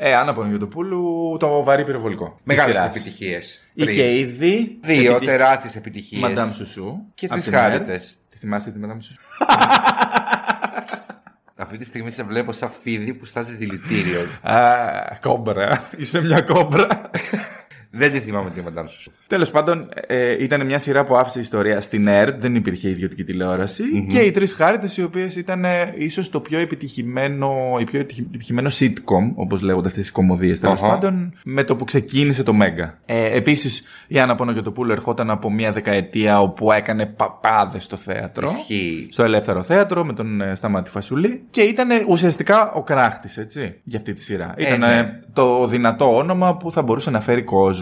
[SPEAKER 2] Ε, Άννα Παναγιωτοπούλου, το βαρύ πυροβολικό.
[SPEAKER 1] Μεγάλε
[SPEAKER 2] Της σειράς.
[SPEAKER 1] επιτυχίες.
[SPEAKER 2] Είχε ήδη.
[SPEAKER 1] Δύο
[SPEAKER 2] επιτυχ-
[SPEAKER 1] τεράστιες επιτυχίες.
[SPEAKER 2] Μαντάμ Σουσού.
[SPEAKER 1] Και
[SPEAKER 2] απ'
[SPEAKER 1] τις
[SPEAKER 2] τη Μέρ.
[SPEAKER 1] χάρετες.
[SPEAKER 2] Τη θυμάσαι τη Μαντάμ Σουσού.
[SPEAKER 1] Αυτή τη στιγμή σε βλέπω σαν φίδι που στάζει δηλητήριο.
[SPEAKER 2] Α, κόμπρα. Είσαι μια κόμπρα.
[SPEAKER 1] Δεν τη θυμάμαι τη μαντάμ σου.
[SPEAKER 2] Τέλος πάντων, ε, ήταν μια σειρά που άφησε ιστορία στην ΕΡΤ, δεν υπήρχε ιδιωτική τηλεόραση, Και οι τρεις χάρτε, οι οποίες ήταν ίσως το πιο επιτυχημένο, η πιο επιτυχη- επιτυχημένο sitcom, όπως λέγονται αυτές τι κομμωδίε
[SPEAKER 1] Αχα.
[SPEAKER 2] πάντων, με το που ξεκίνησε το Μέγκα. Ε, Επίσης, η Άννα Πονογιοτοπούλου ερχόταν από μια δεκαετία όπου έκανε παπάδες στο θέατρο.
[SPEAKER 1] Ισχύει.
[SPEAKER 2] Στο ελεύθερο θέατρο με τον ε, Σταμάτη Φασουλή και ήταν ε, ουσιαστικά ο κράχτης, έτσι, για αυτή τη σειρά.
[SPEAKER 1] Ε,
[SPEAKER 2] ήταν
[SPEAKER 1] ναι.
[SPEAKER 2] ε, το δυνατό όνομα που θα μπορούσε να φέρει κόσμο.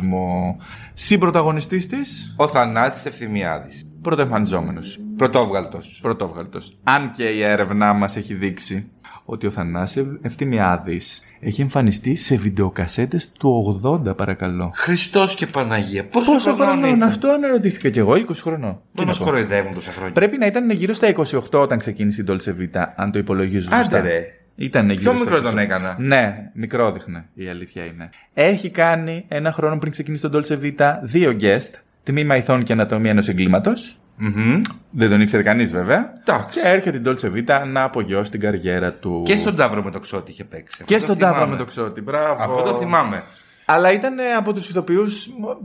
[SPEAKER 2] Συμπροταγωνιστής της,
[SPEAKER 1] Ο Θανάσης Ευθυμιάδης.
[SPEAKER 2] πρωτοεμφανιζόμενος.
[SPEAKER 1] Πρωτόβγαλτος.
[SPEAKER 2] Πρωτόβγαλτος. Αν και η έρευνά μας έχει δείξει ότι ο Θανάσης Ευθυμιάδης έχει εμφανιστεί σε βιντεοκασέτες του 80 παρακαλώ.
[SPEAKER 1] Χριστός και Παναγία. Πόσο,
[SPEAKER 2] Πόσο
[SPEAKER 1] χρονών
[SPEAKER 2] χρονών
[SPEAKER 1] ήταν.
[SPEAKER 2] αυτό αναρωτήθηκα κι εγώ, 20 χρονών.
[SPEAKER 1] Πού μα κοροϊδεύουν τόσα χρόνια.
[SPEAKER 2] Πρέπει να ήταν γύρω στα 28 όταν ξεκίνησε η Dolce Vita, αν το υπολογίζω
[SPEAKER 1] Άντε
[SPEAKER 2] σωστά.
[SPEAKER 1] ρε.
[SPEAKER 2] Ήταν γύρω
[SPEAKER 1] Πιο
[SPEAKER 2] στα
[SPEAKER 1] μικρό
[SPEAKER 2] 28.
[SPEAKER 1] τον έκανα.
[SPEAKER 2] Ναι, μικρό δείχνε, η αλήθεια είναι. Έχει κάνει ένα χρόνο πριν ξεκινήσει τον Dolce Vita δύο guest, τμήμα ηθών και ανατομία ενός εγκλήματος.
[SPEAKER 1] Μμμ.
[SPEAKER 2] Δεν τον ήξερε κανείς βέβαια.
[SPEAKER 1] Εντάξει.
[SPEAKER 2] Και έρχεται η Dolce Vita να απογειώσει την καριέρα του.
[SPEAKER 1] Και στον Ταύρο με το ξότι είχε παίξει.
[SPEAKER 2] ε, και
[SPEAKER 1] Αυτό
[SPEAKER 2] στον
[SPEAKER 1] το
[SPEAKER 2] Τάβα
[SPEAKER 1] θυμάμαι.
[SPEAKER 2] με το ξότι. Μπράβο.
[SPEAKER 1] Αυτό το θυμάμαι.
[SPEAKER 2] Αλλά ήταν ε, από τους ηθοποιούς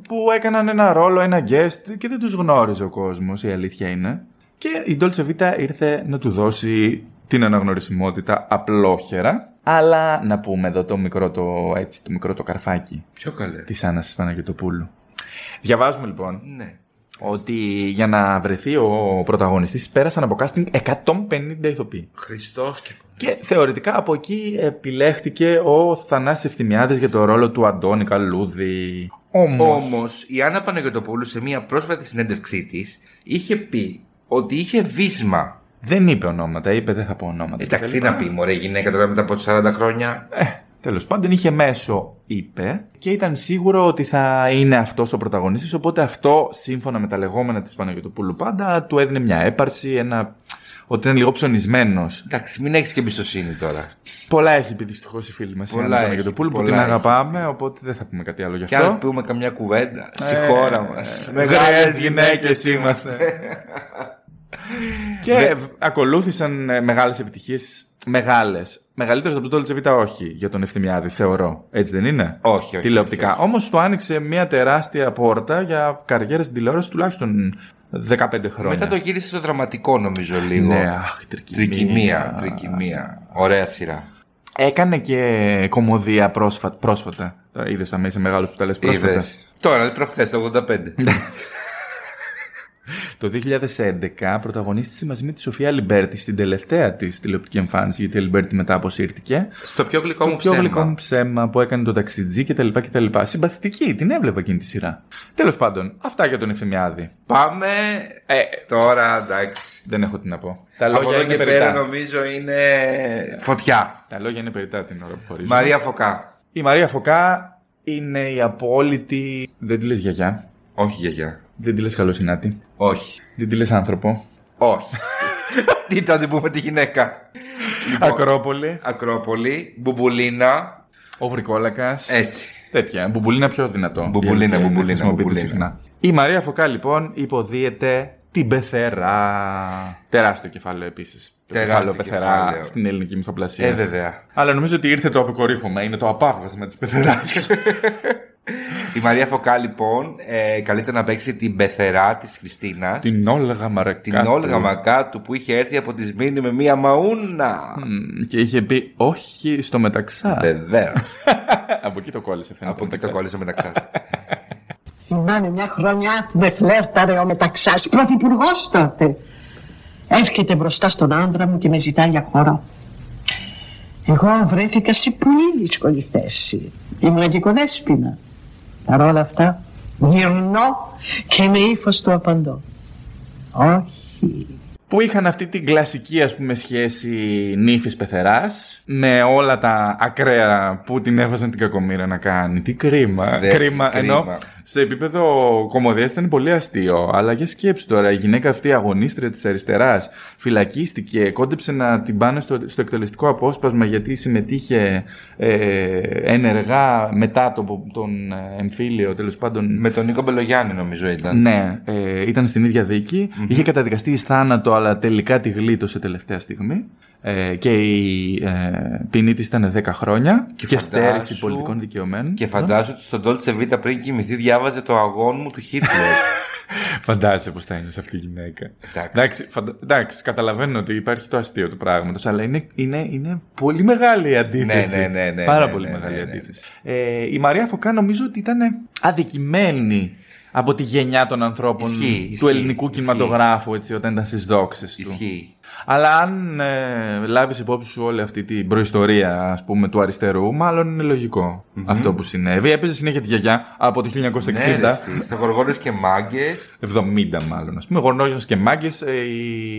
[SPEAKER 2] που έκαναν ένα ρόλο, ένα guest και δεν τους γνώριζε ο κόσμος, η αλήθεια είναι. Και η Dolce Vita ήρθε να του δώσει την αναγνωρισιμότητα απλόχερα. Αλλά να πούμε εδώ το μικρό το, έτσι, το, μικρό το καρφάκι
[SPEAKER 1] Πιο καλέ.
[SPEAKER 2] της Άννας Παναγιωτοπούλου. Διαβάζουμε λοιπόν
[SPEAKER 1] Ναι.
[SPEAKER 2] ότι για να βρεθεί ο πρωταγωνιστής πέρασαν από casting 150 ηθοποιοί.
[SPEAKER 1] Χριστός και Παναγία.
[SPEAKER 2] Και θεωρητικά από εκεί επιλέχτηκε ο Θανάσης Ευθυμιάδης για το ρόλο του Αντώνη Καλούδη. Όμως...
[SPEAKER 1] Όμως η Άννα Παναγιοτοπούλου σε μια πρόσφατη συνέντευξή της είχε πει ότι είχε βίσμα.
[SPEAKER 2] Δεν είπε ονόματα, είπε δεν θα πω ονόματα.
[SPEAKER 1] Εντάξει, τι να πει, Μωρέ, η γυναίκα τώρα μετά από 40 χρόνια.
[SPEAKER 2] Τέλος πάντων, είχε μέσο, είπε, και ήταν σίγουρο ότι θα είναι αυτός ο πρωταγωνιστής Οπότε αυτό, σύμφωνα με τα λεγόμενα της Παναγιωτοπούλου, πάντα του έδινε μια έπαρση, ένα... ότι ήταν λίγο ψωνισμένος.
[SPEAKER 1] Εντάξει, μην έχεις και εμπιστοσύνη τώρα.
[SPEAKER 2] Πολλά έχει πει δυστυχώς η φίλη μας η
[SPEAKER 1] Πολλά
[SPEAKER 2] Άννα
[SPEAKER 1] έχει,
[SPEAKER 2] Παναγιωτοπούλου, που
[SPEAKER 1] πολλά
[SPEAKER 2] την
[SPEAKER 1] έχει.
[SPEAKER 2] αγαπάμε, οπότε δεν θα πούμε κάτι άλλο γι'
[SPEAKER 1] Και αν
[SPEAKER 2] αυτό. Ε,
[SPEAKER 1] πούμε καμιά κουβέντα στη χώρα μας.
[SPEAKER 2] Μεγάλες γυναίκες είμαστε. και β- ακολούθησαν ε, μεγάλες επιτυχίες. Μεγάλες. Μεγαλύτερες από τον Dolce Vita όχι για τον Ευθυμιάδη, θεωρώ. Έτσι δεν είναι.
[SPEAKER 1] Όχι, όχι,
[SPEAKER 2] Τηλεοπτικά.
[SPEAKER 1] όχι, όχι.
[SPEAKER 2] Όμως του άνοιξε μια τεράστια πόρτα για καριέρα στην τηλεόραση τουλάχιστον 15 χρόνια.
[SPEAKER 1] Μετά το γύρισε στο δραματικό, νομίζω λίγο.
[SPEAKER 2] Ναι, αχ, τρικυμία.
[SPEAKER 1] Τρικυμία, τρικυμία. Ωραία σειρά.
[SPEAKER 2] Έκανε και κομμωδία πρόσφατα. πρόσφατα. Τώρα είδες θα είσαι μεγάλο που τα λες πρόσφατα.
[SPEAKER 1] Είδες. Τώρα, προχθές, το 85.
[SPEAKER 2] Το 2011 πρωταγωνίστησε μαζί με τη Σοφία Λιμπέρτη στην τελευταία της τηλεοπτική εμφάνιση, γιατί η Λιμπέρτη μετά αποσύρθηκε.
[SPEAKER 1] Στο πιο γλυκό
[SPEAKER 2] Το
[SPEAKER 1] μου
[SPEAKER 2] πιο
[SPEAKER 1] ψέμα.
[SPEAKER 2] γλυκό μου ψέμα που έκανε το ταξιτζή κτλ. κτλ. Συμπαθητική, την έβλεπα εκείνη τη σειρά. Τέλος πάντων, αυτά για τον Ευθυμιάδη.
[SPEAKER 1] Πάμε.
[SPEAKER 2] Ε,
[SPEAKER 1] Τώρα, εντάξει.
[SPEAKER 2] δεν έχω τι να πω. Τα
[SPEAKER 1] Από
[SPEAKER 2] λόγια
[SPEAKER 1] εδώ
[SPEAKER 2] είναι
[SPEAKER 1] και
[SPEAKER 2] περιτά.
[SPEAKER 1] πέρα νομίζω είναι φωτιά.
[SPEAKER 2] Τα λόγια είναι περιτά την ώρα που χωρίζουμε.
[SPEAKER 1] Μαρία Φωκά.
[SPEAKER 2] Η Μαρία Φωκά είναι η απόλυτη. Δεν τη λες γιαγιά.
[SPEAKER 1] Όχι, γιαγιά.
[SPEAKER 2] Δεν τη λες καλοσυνάτη.
[SPEAKER 1] Όχι.
[SPEAKER 2] Δεν τη λες άνθρωπο.
[SPEAKER 1] Όχι. Τι ήταν να πούμε τη γυναίκα. Λοιπόν,
[SPEAKER 2] Ακρόπολη.
[SPEAKER 1] Ακρόπολη, Μπουμπουλίνα.
[SPEAKER 2] Ο Βρικόλακα.
[SPEAKER 1] Έτσι.
[SPEAKER 2] Τέτοια. Μπουμπουλίνα πιο δυνατό.
[SPEAKER 1] Μπουμπουλίνα,
[SPEAKER 2] Η αλήθεια είναι,
[SPEAKER 1] μπουμπουλίνα,
[SPEAKER 2] χρησιμοποιείται
[SPEAKER 1] μπουμπουλίνα.
[SPEAKER 2] συχνά. Η Μαρία Φωκά λοιπόν υποδίεται την Πεθερά. Τεράστιο κεφάλαιο επίσης.
[SPEAKER 1] Τεράστιο κεφάλαιο.
[SPEAKER 2] στην ελληνική μυθοπλασία.
[SPEAKER 1] Ε, βέβαια.
[SPEAKER 2] Αλλά νομίζω ότι ήρθε το αποκορύφωμα. Είναι το απάβγασμα της Πεθεράς.
[SPEAKER 1] Η Μαρία Φωκά, λοιπόν, ε, καλείται να παίξει την πεθερά της Χριστίνας.
[SPEAKER 2] την Όλγα Μαρακά.
[SPEAKER 1] Την Όλγα Μακάτου που είχε έρθει από τη Σμύρνη με μία μαούνα.
[SPEAKER 2] Και είχε πει όχι στο μεταξά.
[SPEAKER 1] Βεβαίως.
[SPEAKER 2] Από εκεί το κόλλησε φαίνεται.
[SPEAKER 1] Ε, από εκεί
[SPEAKER 2] μεταξά.
[SPEAKER 1] Ναι, το κόλλησε μεταξύ σα.
[SPEAKER 8] Θυμάμαι μια χρονιά που με φλέρταρε ο μεταξάς πρωθυπουργός τότε. Έρχεται μπροστά στον άντρα μου και με ζητάει για χώρο. Εγώ βρέθηκα σε πολύ δύσκολη θέση. Ήμουν οικοδέσποινα. Παρ' όλα αυτά γυρνώ και με ύφος του απαντώ. Όχι.
[SPEAKER 2] που είχαν αυτή την κλασική ας πούμε σχέση νύφης πεθεράς με όλα τα ακραία που την έβαζαν την κακομήρα να κάνει. Τι κρίμα.
[SPEAKER 1] Δεν-
[SPEAKER 2] κρίμα.
[SPEAKER 1] κρίμα.
[SPEAKER 2] Ενώ σε επίπεδο κομμωδίας ήταν πολύ αστείο. Αλλά για σκέψη τώρα, η γυναίκα αυτή αγωνίστρια της αριστεράς φυλακίστηκε, κόντεψε να την πάνε στο, στο εκτελεστικό απόσπασμα γιατί συμμετείχε ε, ενεργά μετά τον, τον ε, εμφύλιο τέλος πάντων
[SPEAKER 1] με τον Νίκο Μπελογιάννη, νομίζω ήταν.
[SPEAKER 2] ναι, ε, ήταν στην ίδια δίκη. Είχε καταδικαστεί εις θάνατο, αλλά τελικά τη γλίτωσε τελευταία στιγμή. Ε, και η ε, ποινή της ήταν 10 χρόνια. Και,
[SPEAKER 1] φαντάσου-
[SPEAKER 2] στέρηση πολιτικών δικαιωμένων.
[SPEAKER 1] Και φαντάζομαι ότι στον Τόλτσε Βίτα πριν κοιμηθεί διάβαζε το αγών μου του Χίτλερ.
[SPEAKER 2] Ναι. Φαντάζεσαι πώς θα ένιωσε αυτή η γυναίκα.
[SPEAKER 1] Εντάξει.
[SPEAKER 2] Εντάξει, φαντα... εντάξει, καταλαβαίνω ότι υπάρχει το αστείο του πράγματος, αλλά είναι, είναι, είναι πολύ μεγάλη η αντίθεση.
[SPEAKER 1] Ναι, ναι, ναι, ναι,
[SPEAKER 2] Πάρα
[SPEAKER 1] ναι,
[SPEAKER 2] πολύ
[SPEAKER 1] ναι,
[SPEAKER 2] μεγάλη η
[SPEAKER 1] ναι, ναι.
[SPEAKER 2] αντίθεση. Ε, η Μαρία Φωκά νομίζω ότι ήταν αδικημένη από τη γενιά των ανθρώπων
[SPEAKER 1] Ισχύει, ισχύει,
[SPEAKER 2] του ελληνικού
[SPEAKER 1] ισχύει.
[SPEAKER 2] κινηματογράφου, έτσι, όταν ήταν στις δόξει του.
[SPEAKER 1] Ισχύει.
[SPEAKER 2] Αλλά αν ε, λάβεις υπόψη σου όλη αυτή την προϊστορία, ας πούμε, του αριστερού, μάλλον είναι λογικό αυτό που συνέβη. Έπαιζε συνέχεια τη γιαγιά από το 1960.
[SPEAKER 1] Ναι, ρε, εσύ, στα γοργόνες και μάγκες.
[SPEAKER 2] 70 μάλλον, ας πούμε. Γονόγιος και μάγκες, ε,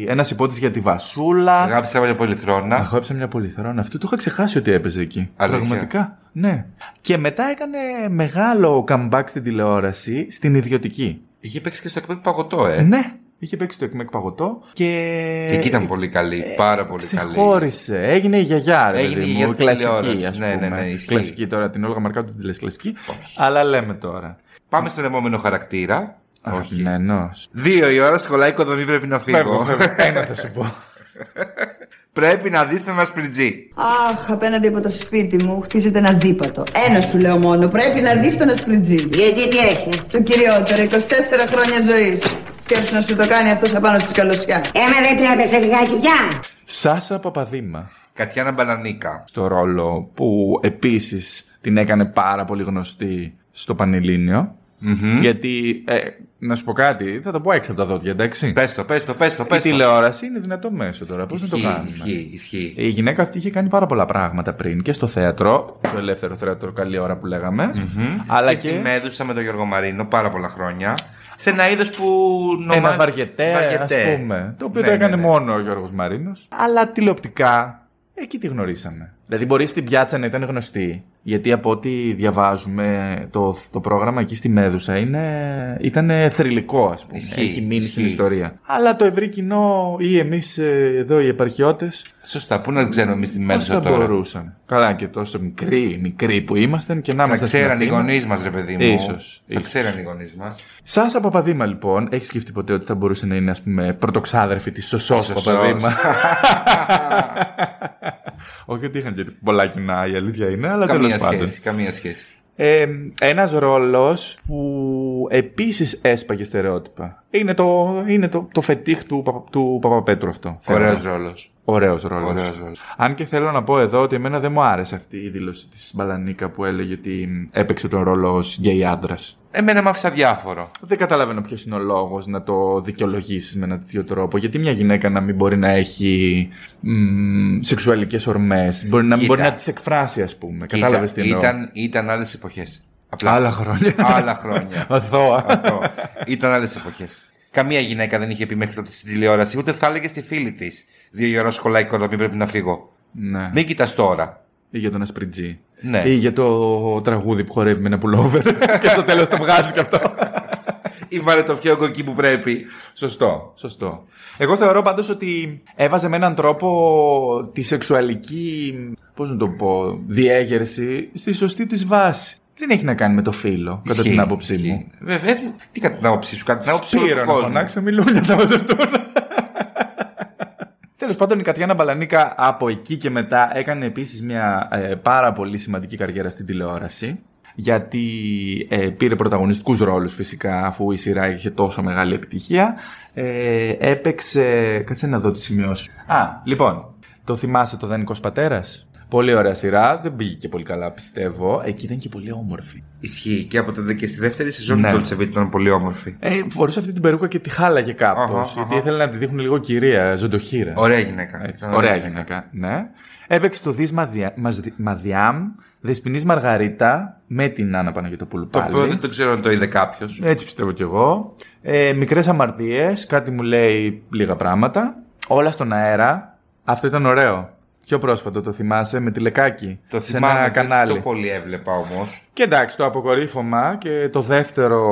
[SPEAKER 2] ένας υπότης για τη Βασούλα.
[SPEAKER 1] Αγάπησα μια πολυθρόνα.
[SPEAKER 2] Εγώ έψα μια πολυθρόνα. Αυτό το είχα ξεχάσει ότι έπαιζε εκεί.
[SPEAKER 1] Αλήθεια.
[SPEAKER 2] Πραγματικά. Ναι. Και μετά έκανε μεγάλο comeback στην τηλεόραση, στην ιδιωτική.
[SPEAKER 1] Είχε παίξει και στο εκπέμπει παγωτό, ε.
[SPEAKER 2] Ναι. ε, Είχε παίξει το εκμεκ παγωτό και.
[SPEAKER 1] Και εκεί ήταν πολύ καλή, πάρα πολύ καλή.
[SPEAKER 2] Ξεχώρισε. Έγινε η γιαγιά, ρε
[SPEAKER 1] Έγινε
[SPEAKER 2] παιδί
[SPEAKER 1] η
[SPEAKER 2] μου,
[SPEAKER 1] γιαγιά της
[SPEAKER 2] Κλασική,
[SPEAKER 1] τηλεόρασης.
[SPEAKER 2] ας
[SPEAKER 1] Ναι,
[SPEAKER 2] πούμε.
[SPEAKER 1] ναι, ναι, ισχύει.
[SPEAKER 2] Κλασική τώρα, την Όλγα Μαρκάτου την λες κλασική. Αλλά λέμε τώρα.
[SPEAKER 1] Πάμε στον επόμενο χαρακτήρα.
[SPEAKER 2] ναι.
[SPEAKER 1] Όχι.
[SPEAKER 2] Αχμενός.
[SPEAKER 1] Δύο η ώρα σκολάει οικοδομή πρέπει να φύγω.
[SPEAKER 2] Ένα θα σου πω.
[SPEAKER 1] πρέπει να δεις τον ασπριτζή.
[SPEAKER 6] Αχ, απέναντι από το σπίτι μου χτίζεται ένα δίπατο. Ένα σου λέω μόνο. Πρέπει να δεις τον ασπριτζή.
[SPEAKER 9] Γιατί τι έχει.
[SPEAKER 6] Το κυριότερο, 24 χρόνια ζωής. Σκέψου να σου το κάνει αυτός απάνω στη σκαλωσιά.
[SPEAKER 9] Έμα δεν τρέπεσαι λιγάκι πια.
[SPEAKER 2] Σάσα Παπαδήμα.
[SPEAKER 1] Κατιάνα Μπαλανίκα.
[SPEAKER 2] στο ρόλο που επίσης την έκανε πάρα πολύ γνωστή στο πανελληνιο Γιατί, ε, να σου πω κάτι, θα το πω έξω από τα δόντια, εντάξει.
[SPEAKER 1] Πες το, πες το, πες το,
[SPEAKER 2] Η
[SPEAKER 1] πες το.
[SPEAKER 2] τηλεόραση είναι δυνατό μέσο τώρα, πώς να το
[SPEAKER 1] Ισχύει,
[SPEAKER 2] κάνουμε.
[SPEAKER 1] Ισχύει, ισχύει.
[SPEAKER 2] Η γυναίκα αυτή είχε κάνει πάρα πολλά πράγματα πριν και στο θέατρο, το ελεύθερο θέατρο, καλή ώρα που λεγαμε αλλά
[SPEAKER 1] Αλλά
[SPEAKER 2] και,
[SPEAKER 1] και, στη Μέδουσα με τον Γιώργο Μαρίνο πάρα πολλά χρόνια. Σε ένα είδος που νομά...
[SPEAKER 2] ένας βαριετές, ας πούμε, το οποίο
[SPEAKER 1] Ναι,
[SPEAKER 2] το
[SPEAKER 1] ναι,
[SPEAKER 2] έκανε
[SPEAKER 1] ναι.
[SPEAKER 2] μόνο ο Γιώργος Μαρίνος, αλλά τηλεοπτικά εκεί τη γνωρίσαμε. Δηλαδή μπορεί στην πιάτσα να ήταν γνωστή, γιατί από ό,τι διαβάζουμε το, το πρόγραμμα εκεί στη Μέδουσα είναι, ήταν θρηλυκό ας πούμε,
[SPEAKER 1] Ισχύει,
[SPEAKER 2] έχει μείνει στην
[SPEAKER 1] ισχύει.
[SPEAKER 2] ιστορία. Αλλά το ευρύ κοινό ή εμείς ε, εδώ οι επαρχιώτες
[SPEAKER 1] Σωστά, πού να ξέρουμε εμείς τη
[SPEAKER 2] πώς
[SPEAKER 1] Μέδουσα
[SPEAKER 2] θα
[SPEAKER 1] τώρα.
[SPEAKER 2] μπορούσαν. Καλά και τόσο μικροί, μικροί που ήμασταν και να
[SPEAKER 1] Θα
[SPEAKER 2] είμαστε στην
[SPEAKER 1] ξέραν οι
[SPEAKER 2] Αθήνα.
[SPEAKER 1] γονείς μας, ρε παιδί μου.
[SPEAKER 2] Ίσως,
[SPEAKER 1] Θα
[SPEAKER 2] ίσως.
[SPEAKER 1] ξέραν οι γονείς μας.
[SPEAKER 2] Σάσα Παπαδήμα, λοιπόν, έχεις σκεφτεί ποτέ ότι θα μπορούσε να είναι, ας πούμε, πρωτοξάδερφη της Σωσός
[SPEAKER 1] Σωσός.
[SPEAKER 2] Παπαδήμα. Όχι ότι είχαν και πολλά κοινά, η αλήθεια είναι, αλλά τέλο
[SPEAKER 1] Καμία
[SPEAKER 2] πάντων.
[SPEAKER 1] σχέση, καμία σχέση.
[SPEAKER 2] Ε, Ένας ρόλος που επίσης έσπαγε στερεότυπα. Είναι το, είναι το, το φετίχ του, Παπα- του Παπαπέτρου αυτό.
[SPEAKER 1] Ωραίο ρόλος.
[SPEAKER 2] Ωραίος ρόλος.
[SPEAKER 1] Ωραίος ρόλος.
[SPEAKER 2] Αν και θέλω να πω εδώ ότι εμένα δεν μου άρεσε αυτή η δήλωση της Μπαλανίκα που έλεγε ότι έπαιξε τον ρόλο ως γκέι άντρας.
[SPEAKER 1] Εμένα μ' άφησα διάφορο.
[SPEAKER 2] Δεν καταλαβαίνω ποιος είναι ο λόγος να το δικαιολογήσεις με έναν τέτοιο τρόπο. Γιατί μια γυναίκα να μην μπορεί να έχει σεξουαλικές ορμές, μπορεί να μην
[SPEAKER 1] Κοίτα.
[SPEAKER 2] μπορεί να τις εκφράσει, ας πούμε. Κατάλαβες τι εννοώ.
[SPEAKER 1] Ήταν, ήταν άλλες εποχές.
[SPEAKER 2] Άλλα χρόνια.
[SPEAKER 1] Άλλα χρόνια.
[SPEAKER 2] Αθώα.
[SPEAKER 1] Αυτό. Ήταν άλλες εποχές. Καμία γυναίκα δεν είχε πει μέχρι τότε στην τηλεόραση, ούτε θα έλεγε στη φίλη της. Δύο η ώρα σχολά οικοδομή πρέπει να φύγω.
[SPEAKER 2] ναι.
[SPEAKER 1] Μην κοιτάς τώρα.
[SPEAKER 2] Ή για τον Ασπριτζή.
[SPEAKER 1] Ναι.
[SPEAKER 2] Ή για το τραγούδι που χορεύει με ένα πουλόβερ. και στο τέλος το βγάζει και αυτό.
[SPEAKER 1] Ή βάλε το φιόγκο εκεί που πρέπει.
[SPEAKER 2] Σωστό, σωστό. Εγώ θεωρώ πάντως ότι έβαζε με έναν τρόπο τη σεξουαλική, πώς να το πω, διέγερση στη σωστή της βάση. Δεν έχει να κάνει με το φίλο, κατά
[SPEAKER 1] Ισχύει,
[SPEAKER 2] την άποψή
[SPEAKER 1] ισχύει.
[SPEAKER 2] μου.
[SPEAKER 1] Βέβαια, τι κατά την άποψή σου, κατά την άποψή όλου
[SPEAKER 2] Σπύρο
[SPEAKER 1] του
[SPEAKER 2] να
[SPEAKER 1] κόσμου.
[SPEAKER 2] φωνάξω, μιλούν θα μαζευτούν. Τέλος πάντων, η Κατιάνα Μπαλανίκα από εκεί και μετά έκανε επίσης μια ε, πάρα πολύ σημαντική καριέρα στην τηλεόραση. Γιατί ε, πήρε πρωταγωνιστικούς ρόλους φυσικά, αφού η σειρά είχε τόσο μεγάλη επιτυχία. Ε, έπαιξε. Κάτσε να δω τι σημειώσεις. Α, λοιπόν. Το θυμάσαι το Δανεικό Πατέρας. Πολύ ωραία σειρά. Δεν πήγε και πολύ καλά, πιστεύω. Εκεί ήταν και πολύ όμορφη.
[SPEAKER 1] Ισχύει και από το και στη δεύτερη σεζόν
[SPEAKER 2] Ναι.
[SPEAKER 1] του Τολτσεβίτ ήταν πολύ όμορφη.
[SPEAKER 2] Ε, φορούσε αυτή την περούκα και τη χάλαγε κάπως.
[SPEAKER 1] Αχα,
[SPEAKER 2] γιατί
[SPEAKER 1] αχα.
[SPEAKER 2] ήθελε να τη δείχνουν λίγο κυρία, ζωντοχύρα.
[SPEAKER 1] Ωραία γυναίκα.
[SPEAKER 2] Έτσι,
[SPEAKER 1] Ήταν
[SPEAKER 2] ωραία γυναίκα. Ναι. Έπαιξε το Δις Μαδια... Μαζδι- Μαδιάμ, Δεσποινής Μαργαρίτα, με την Άννα Παναγιωτοπούλου
[SPEAKER 1] Το
[SPEAKER 2] πάλι.
[SPEAKER 1] οποίο δεν το ξέρω αν το είδε κάποιος.
[SPEAKER 2] Έτσι πιστεύω κι εγώ. Ε, μικρές αμαρτίες, κάτι μου λέει λίγα πράγματα. Όλα στον αέρα. Αυτό ήταν ωραίο. Πιο πρόσφατο το θυμάσαι με τη Λεκάκη.
[SPEAKER 1] Το
[SPEAKER 2] σε ένα
[SPEAKER 1] θυμάμαι, δεν
[SPEAKER 2] κανάλι.
[SPEAKER 1] το πολύ έβλεπα όμως.
[SPEAKER 2] Και εντάξει, το αποκορύφωμα και το δεύτερο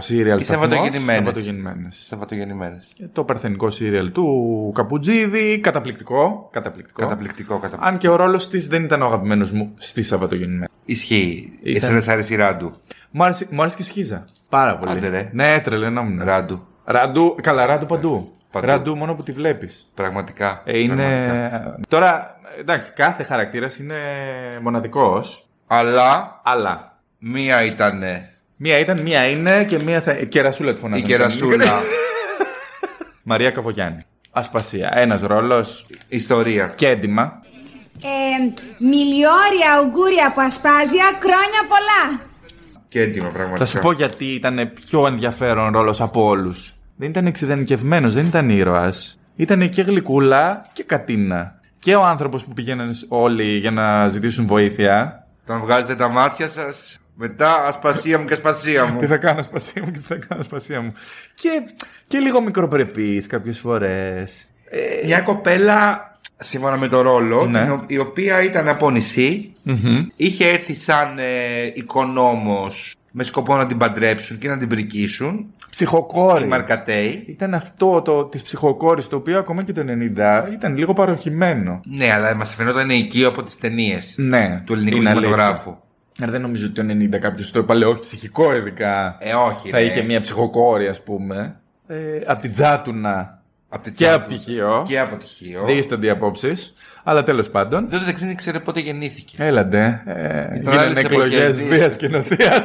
[SPEAKER 2] σύριαλ
[SPEAKER 1] Οι
[SPEAKER 2] σταθμός,
[SPEAKER 1] Σαββατογεννημένες.
[SPEAKER 2] Σαββατογεννημένες.
[SPEAKER 1] Σαββατογεννημένες.
[SPEAKER 2] Το παρθενικό σύριαλ του Καπουτζίδη. Καταπληκτικό. Καταπληκτικό.
[SPEAKER 1] Καταπληκτικό, καταπληκτικό.
[SPEAKER 2] Αν και ο ρόλος της δεν ήταν ο αγαπημένος μου στη Σαββατογεννημένη.
[SPEAKER 1] Ισχύει.
[SPEAKER 2] Ήταν-
[SPEAKER 1] Εσύ δεν σ' άρεσε η Ράντου.
[SPEAKER 2] Μου άρεσε, μου άρεσε και η σχίζα. Πάρα πολύ.
[SPEAKER 1] Άντε ρε.
[SPEAKER 2] Ναι, τρελαίνόμουν.
[SPEAKER 1] Ράντου.
[SPEAKER 2] Ραντού, καλά, ραντού παντού.
[SPEAKER 1] Παντού.
[SPEAKER 2] Ραντού μόνο που τη βλέπεις.
[SPEAKER 1] Πραγματικά.
[SPEAKER 2] Ε, είναι.
[SPEAKER 1] Πραγματικά.
[SPEAKER 2] Τώρα, εντάξει, κάθε χαρακτήρας είναι μοναδικός.
[SPEAKER 1] Αλλά
[SPEAKER 2] Αλλά
[SPEAKER 1] μία ήταν ε,
[SPEAKER 2] μία ήταν, μία είναι και μία θα. Κερασούλα τη φωνάζει.
[SPEAKER 1] η κερασούλα.
[SPEAKER 2] Μαρία Καβογιάννη. Ασπασία. Ένας ρόλος.
[SPEAKER 1] Ιστορία.
[SPEAKER 2] Κέντημα.
[SPEAKER 9] Ε, μιλιόρια ουγγούρια που ασπάζει, χρόνια πολλά.
[SPEAKER 1] Και έντιμα
[SPEAKER 2] Θα
[SPEAKER 1] πραγματικά.
[SPEAKER 2] σου πω γιατί ήταν πιο ενδιαφέρον ρόλος από όλους. Δεν ήταν εξειδανικευμένο, δεν ήταν ήρωας. Ήταν και γλυκούλα και κατίνα. Και ο άνθρωπος που πηγαίνανε όλοι για να ζητήσουν βοήθεια.
[SPEAKER 1] Όταν βγάζετε τα μάτια σας, μετά ασπασία μου και ασπασία μου.
[SPEAKER 2] Τι θα κάνω σπασία μου και τι θα κάνω σπασία μου. Και, και λίγο μικροπρεπή κάποιες φορές.
[SPEAKER 1] Μια κοπέλα, σύμφωνα με το ρόλο,
[SPEAKER 2] Ναι.
[SPEAKER 1] την ο- η οποία ήταν από νησί, είχε έρθει σαν ε, οικονόμος με σκοπό να την παντρέψουν και να την πρικίσουν. Η
[SPEAKER 2] Ψυχοκόρη.
[SPEAKER 1] Μαρκατέη.
[SPEAKER 2] Ήταν αυτό το της ψυχοκόρης, το οποίο ακόμα και το 90 ήταν λίγο παροχημένο.
[SPEAKER 1] Ναι, αλλά μας φαινόταν οικείο από τις ταινίες
[SPEAKER 2] Ναι,
[SPEAKER 1] του ελληνικού
[SPEAKER 2] είναι αλήθεια.
[SPEAKER 1] κινηματογράφου.
[SPEAKER 2] Άρα δεν νομίζω ότι το 90 κάποιος το έβαλε, όχι ψυχικό ειδικά.
[SPEAKER 1] Ε, όχι.
[SPEAKER 2] θα
[SPEAKER 1] ρε.
[SPEAKER 2] είχε μια ψυχοκόρη, ας πούμε. Ε, απ' την Τζάτουνα.
[SPEAKER 1] Απ' την
[SPEAKER 2] και
[SPEAKER 1] τσάντα.
[SPEAKER 2] απ' τυχείο.
[SPEAKER 1] Και από τυχείο.
[SPEAKER 2] Δίστανται οι απόψει. Αλλά τέλος πάντων.
[SPEAKER 1] Δεν δεν ξέρει πότε γεννήθηκε.
[SPEAKER 2] Έλαντε. Ε,
[SPEAKER 1] Ήταν άλλες
[SPEAKER 2] γίνανε εκλογές
[SPEAKER 1] εποχές,
[SPEAKER 2] βίας και νοθεία.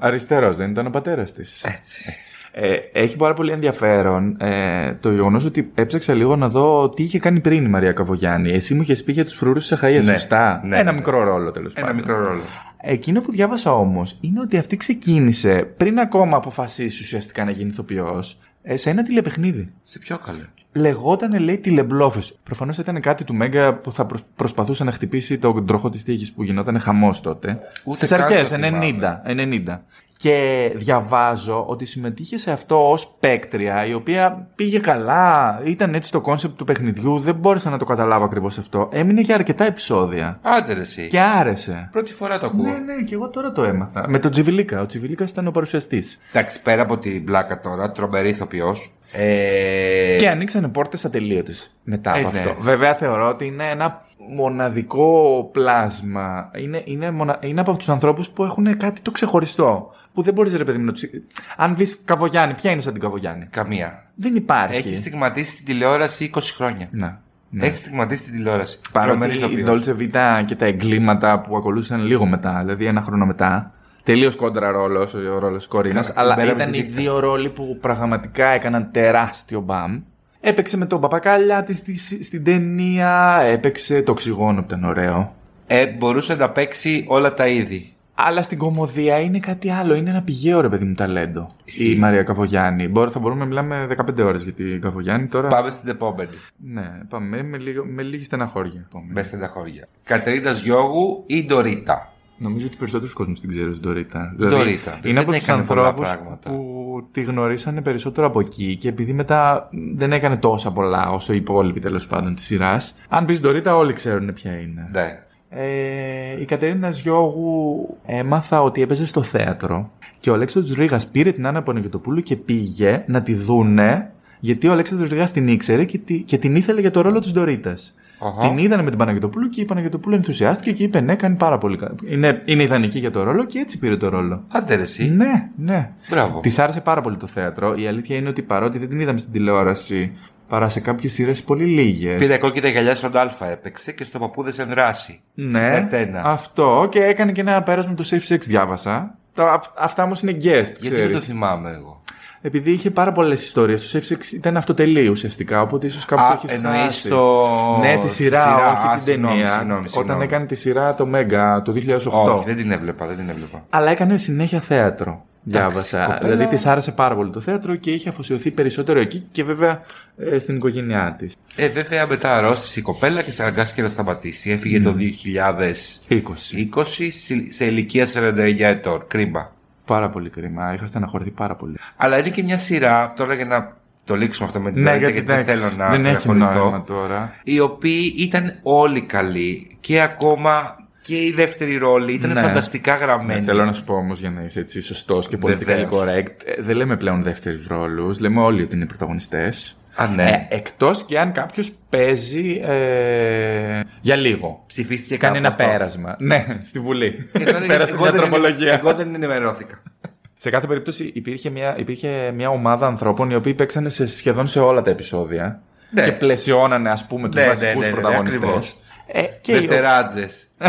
[SPEAKER 2] Αριστερό Ε, δεν ήταν ο πατέρας της.
[SPEAKER 1] Έτσι.
[SPEAKER 2] Ε, έχει πάρα πολύ ενδιαφέρον ε, το γεγονός ότι έψαξα λίγο να δω τι είχε κάνει πριν η Μαρία Καβογιάννη. Εσύ μου είχες πει για τους φρουρούς της Αχαία,
[SPEAKER 1] Ναι,
[SPEAKER 2] σωστά.
[SPEAKER 1] ναι,
[SPEAKER 2] Ένα
[SPEAKER 1] ναι.
[SPEAKER 2] μικρό ρόλο τέλος πάντων.
[SPEAKER 1] Ένα μικρό ρόλο.
[SPEAKER 2] Εκείνο που διάβασα όμως είναι ότι αυτή ξεκίνησε πριν ακόμα αποφασίσει ουσιαστικά να γίνει ηθοποιός σε ένα τηλεπαιχνίδι.
[SPEAKER 1] Σε πιο καλό.
[SPEAKER 2] Λεγότανε λέει τηλεμπλόφες. Προφανώς ήταν κάτι του Μέγκα που θα προσ- προσπαθούσε να χτυπήσει τον τροχό της τύχης που γινόταν χαμός τότε.
[SPEAKER 1] Ούτε
[SPEAKER 2] Στις
[SPEAKER 1] καν
[SPEAKER 2] αρχέ,
[SPEAKER 1] το
[SPEAKER 2] 90, 90. Και διαβάζω ότι συμμετείχε σε αυτό ως παίκτρια, η οποία πήγε καλά. Ήταν έτσι το κόνσεπτ του παιχνιδιού, δεν μπόρεσα να το καταλάβω ακριβώς αυτό. Έμεινε για αρκετά επεισόδια.
[SPEAKER 1] Άντε ρε, εσύ.
[SPEAKER 2] Και άρεσε.
[SPEAKER 1] Πρώτη φορά το ακούω.
[SPEAKER 2] Ναι, ναι, και εγώ τώρα το έμαθα. Με τον Τζιβιλίκα. Ο Τζιβιλίκας ήταν ο παρουσιαστής.
[SPEAKER 1] Εντάξει, πέρα από την πλάκα τώρα, τρομερή ηθοποιός. Ε...
[SPEAKER 2] Και ανοίξανε πόρτες ατελείωτες μετά
[SPEAKER 1] Ε,
[SPEAKER 2] από
[SPEAKER 1] ναι.
[SPEAKER 2] αυτό. Βέβαια θεωρώ ότι είναι ένα μοναδικό πλάσμα. Είναι, είναι, μονα... είναι από τους ανθρώπους που έχουν κάτι το ξεχωριστό. Που δεν μπορείς, ρε παιδί μου, να τους. Αν δεις Καβογιάννη, ποια είναι σαν την Καβογιάννη.
[SPEAKER 1] Καμία.
[SPEAKER 2] Δεν υπάρχει.
[SPEAKER 1] Έχει στιγματίσει την τηλεόραση 20 χρόνια.
[SPEAKER 2] Να. Ναι.
[SPEAKER 1] Έχει στιγματίσει την τηλεόραση.
[SPEAKER 2] Παρότι η
[SPEAKER 1] Τρομερή ηθοποιός.
[SPEAKER 2] Dolce Vita και τα εγκλήματα που ακολούθησαν λίγο μετά, δηλαδή ένα χρόνο μετά, τελείως κόντρα ρόλος ο ρόλος της Κορίνας,
[SPEAKER 1] Κα-
[SPEAKER 2] αλλά
[SPEAKER 1] μπέραμε
[SPEAKER 2] ήταν
[SPEAKER 1] τη
[SPEAKER 2] οι
[SPEAKER 1] δίχτυα.
[SPEAKER 2] δύο ρόλοι που πραγματικά έκαναν τεράστιο μπαμ. Έπαιξε με τον Παπακάλια της στη- στην ταινία, έπαιξε το οξυγόνο που ήταν ωραίο.
[SPEAKER 1] Ε, μπορούσε να παίξει όλα τα είδη.
[SPEAKER 2] Αλλά στην κομμωδία είναι κάτι άλλο. Είναι ένα πηγαίο ρε παιδί μου ταλέντο.
[SPEAKER 1] Ισχύει.
[SPEAKER 2] Η Μαρία Καβογιάννη. Μπορεί, θα μπορούμε να μιλάμε 15 ώρες για την Καβογιάννη τώρα.
[SPEAKER 1] Πάμε στην επόμενη.
[SPEAKER 2] Ναι, πάμε με, λίγο, με λίγη στεναχώρια. Πάμε.
[SPEAKER 1] Μέσα στα χώρια. Κατερίνας Γιώργου ή Ντορίτα.
[SPEAKER 2] Νομίζω ότι περισσότερος κόσμος την ξέρει ως Ντορίτα.
[SPEAKER 1] Ντορίτα.
[SPEAKER 2] Είναι
[SPEAKER 1] Δηλαδή Δεν
[SPEAKER 2] από τους
[SPEAKER 1] έκανε πολλά
[SPEAKER 2] ανθρώπους
[SPEAKER 1] πράγματα.
[SPEAKER 2] που τη γνωρίσανε περισσότερο από εκεί και επειδή μετά δεν έκανε τόσα πολλά όσο οι υπόλοιποι τέλος πάντων της σειράς. Αν πεις Ντορίτα, όλοι ξέρουν ποια είναι.
[SPEAKER 1] Ναι.
[SPEAKER 2] Ε, η Κατερίνα Ζιώγου έμαθα ότι έπαιζε στο θέατρο και ο Αλέξανδρος Ρήγας πήρε την Άννα Πονικητοπούλου και πήγε να τη δούνε γιατί ο Αλέξανδρος Ρήγας την ήξερε και, τη- και την ήθελε για το ρόλο της Ντορίτας.
[SPEAKER 1] Αχα.
[SPEAKER 2] Την είδανε με την Παναγιωτοπούλου και η Παναγιωτοπούλου ενθουσιάστηκε και είπε ναι, κάνει πάρα πολύ καλά. Είναι, είναι ιδανική για το ρόλο και έτσι πήρε το ρόλο.
[SPEAKER 1] Άντε ρε, εσύ.
[SPEAKER 2] Ναι, ναι.
[SPEAKER 1] Μπράβο.
[SPEAKER 2] Της άρεσε πάρα πολύ το θέατρο. Η αλήθεια είναι ότι παρότι δεν την είδαμε στην τηλεόραση, παρά σε κάποιες σειρές πολύ λίγες.
[SPEAKER 1] Πήρε κόκκινα γυαλιά στον Α έπαιξε και στο παππούδες εν δράση.
[SPEAKER 2] Ναι,
[SPEAKER 1] Ερτένα.
[SPEAKER 2] αυτό και έκανε και ένα πέρασμα το Safe Sex διάβασα. Τα, αυ- αυτά όμως είναι guest,
[SPEAKER 1] Γιατί δεν
[SPEAKER 2] ξέρεις.
[SPEAKER 1] το θυμάμαι εγώ.
[SPEAKER 2] Επειδή είχε πάρα πολλές ιστορίες. Το Safe Sex ήταν αυτοτελή ουσιαστικά, οπότε ίσως κάπου
[SPEAKER 1] Α,
[SPEAKER 2] το έχεις
[SPEAKER 1] εννοείς
[SPEAKER 2] χάσει.
[SPEAKER 1] το.
[SPEAKER 2] Ναι, τη σειρά,
[SPEAKER 1] Α,
[SPEAKER 2] όχι την
[SPEAKER 1] συγγνώμη,
[SPEAKER 2] ταινία.
[SPEAKER 1] συγγνώμη,
[SPEAKER 2] Όταν
[SPEAKER 1] συγγνώμη.
[SPEAKER 2] έκανε τη σειρά το Μέγκα το 2008.
[SPEAKER 1] Όχι, δεν την έβλεπα, δεν την έβλεπα.
[SPEAKER 2] Αλλά έκανε συνέχεια θέατρο. Διάβασα.
[SPEAKER 1] κοπέλα.
[SPEAKER 2] Δηλαδή της άρεσε πάρα πολύ το θέατρο και είχε αφοσιωθεί περισσότερο εκεί και βέβαια ε, στην οικογένειά της.
[SPEAKER 1] Ε, βέβαια μετά αρρώστησε η κοπέλα και αναγκάστηκε να σταματήσει. Έφυγε
[SPEAKER 2] Ναι.
[SPEAKER 1] το
[SPEAKER 2] 20.
[SPEAKER 1] 2020 σε- σε ηλικία 49 ετών. Κρίμα.
[SPEAKER 2] Πάρα πολύ κρίμα. Είχα στεναχωρηθεί πάρα πολύ.
[SPEAKER 1] Αλλά είναι και μια σειρά, τώρα για να το λήξουμε αυτό με την
[SPEAKER 2] Ναι,
[SPEAKER 1] Ντορίτα,
[SPEAKER 2] γιατί
[SPEAKER 1] γιατί δεν
[SPEAKER 2] εντάξει,
[SPEAKER 1] θέλω να
[SPEAKER 2] δεν έχει νόημα
[SPEAKER 1] στεναχωρηθώ.
[SPEAKER 2] τώρα.
[SPEAKER 1] Οι οποίοι ήταν όλοι καλοί και ακόμα και η δεύτερη ρόλη ήταν
[SPEAKER 2] Ναι.
[SPEAKER 1] φανταστικά
[SPEAKER 2] Ναι,
[SPEAKER 1] γραμμένη.
[SPEAKER 2] θέλω να σου πω όμως για να είσαι έτσι σωστός και πολιτικά
[SPEAKER 1] Βεβαίως.
[SPEAKER 2] correct. ε, Δεν λέμε πλέον δεύτερους ρόλους. Λέμε όλοι ότι είναι πρωταγωνιστές.
[SPEAKER 1] Α, ναι.
[SPEAKER 2] Εκτός και αν κάποιος παίζει ε, για λίγο.
[SPEAKER 1] Ψηφίστηκε
[SPEAKER 2] Κάνει
[SPEAKER 1] κάπου
[SPEAKER 2] ένα
[SPEAKER 1] αυτό.
[SPEAKER 2] πέρασμα. Ναι, στη Βουλή.
[SPEAKER 1] Και τώρα
[SPEAKER 2] Πέρασε
[SPEAKER 1] εγώ
[SPEAKER 2] μια
[SPEAKER 1] δεν-
[SPEAKER 2] τρομολογία.
[SPEAKER 1] Εγώ δεν ενημερώθηκα.
[SPEAKER 2] Σε κάθε περίπτωση υπήρχε μια, υπήρχε μια ομάδα ανθρώπων οι οποίοι παίξανε σε, σχεδόν σε όλα τα επεισόδια.
[SPEAKER 1] Ναι.
[SPEAKER 2] Και πλαισιώνανε, ας πούμε, τους
[SPEAKER 1] Ναι, ναι,
[SPEAKER 2] βασικούς
[SPEAKER 1] ναι, ναι, ναι,
[SPEAKER 2] πρωταγωνιστές.
[SPEAKER 1] ακριβώς.
[SPEAKER 2] ε, και
[SPEAKER 1] Δευτεράτζε.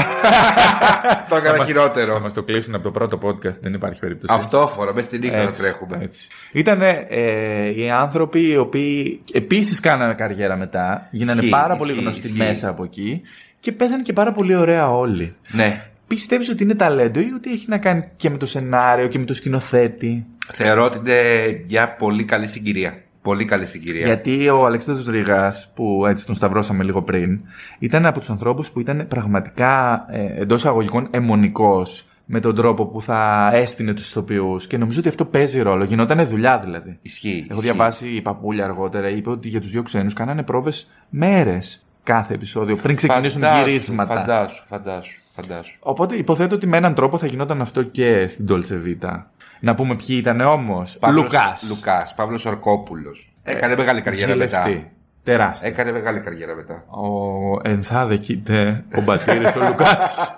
[SPEAKER 1] Το έκανα
[SPEAKER 2] Θα
[SPEAKER 1] χειρότερο.
[SPEAKER 2] μας το κλείσουν από το πρώτο podcast, δεν υπάρχει περίπτωση.
[SPEAKER 1] Αυτό φορά, μέσα στη νύχτα να
[SPEAKER 2] Έτσι,
[SPEAKER 1] τρέχουμε.
[SPEAKER 2] Έτσι. Ήτανε ε, οι άνθρωποι οι οποίοι επίσης κάνανε καριέρα μετά, γίνανε
[SPEAKER 1] Ισχύει,
[SPEAKER 2] πάρα πολύ
[SPEAKER 1] ισχύει,
[SPEAKER 2] γνωστοί
[SPEAKER 1] ισχύει.
[SPEAKER 2] μέσα από εκεί και παίζανε και πάρα πολύ ωραία όλοι.
[SPEAKER 1] Ναι.
[SPEAKER 2] Πιστεύεις ότι είναι ταλέντο ή ότι έχει να κάνει και με το σενάριο και με το σκηνοθέτη.
[SPEAKER 1] Θεωρώ ότι είναι μια πολύ καλή συγκυρία. Πολύ καλή συγκυρία.
[SPEAKER 2] Γιατί ο Αλεξάνδρος Ρήγας, που έτσι τον σταυρώσαμε λίγο πριν, ήταν από τους ανθρώπους που ήταν πραγματικά ε, εντός αγωγικών αιμονικός με τον τρόπο που θα έστεινε τους ηθοποιούς και νομίζω ότι αυτό παίζει ρόλο. Γινόταν δουλειά δηλαδή.
[SPEAKER 1] Ισχύει.
[SPEAKER 2] Έχω
[SPEAKER 1] ισχύει.
[SPEAKER 2] διαβάσει η παπούλια αργότερα, είπε ότι για τους δύο ξένους κάνανε πρόβες μέρες κάθε επεισόδιο πριν ξεκινήσουν
[SPEAKER 1] Φαντάσου,
[SPEAKER 2] γυρίσματα.
[SPEAKER 1] Φαντάσου, φαντάσου, φαντάσου.
[SPEAKER 2] Οπότε υποθέτω ότι με έναν τρόπο θα γινόταν αυτό και στην Dolce Vita. Να πούμε ποιοι ήταν όμως. Λουκάς. Ε,
[SPEAKER 1] Λουκάς, Παύλος Ορκόπουλος. Έκανε μεγάλη καριέρα μετά.
[SPEAKER 2] Ζηλευτή. Τεράστια.
[SPEAKER 1] Έκανε μεγάλη καριέρα μετά.
[SPEAKER 2] Ο ενθάδε κοίτα, ο μπατήρης, ο Λουκάς.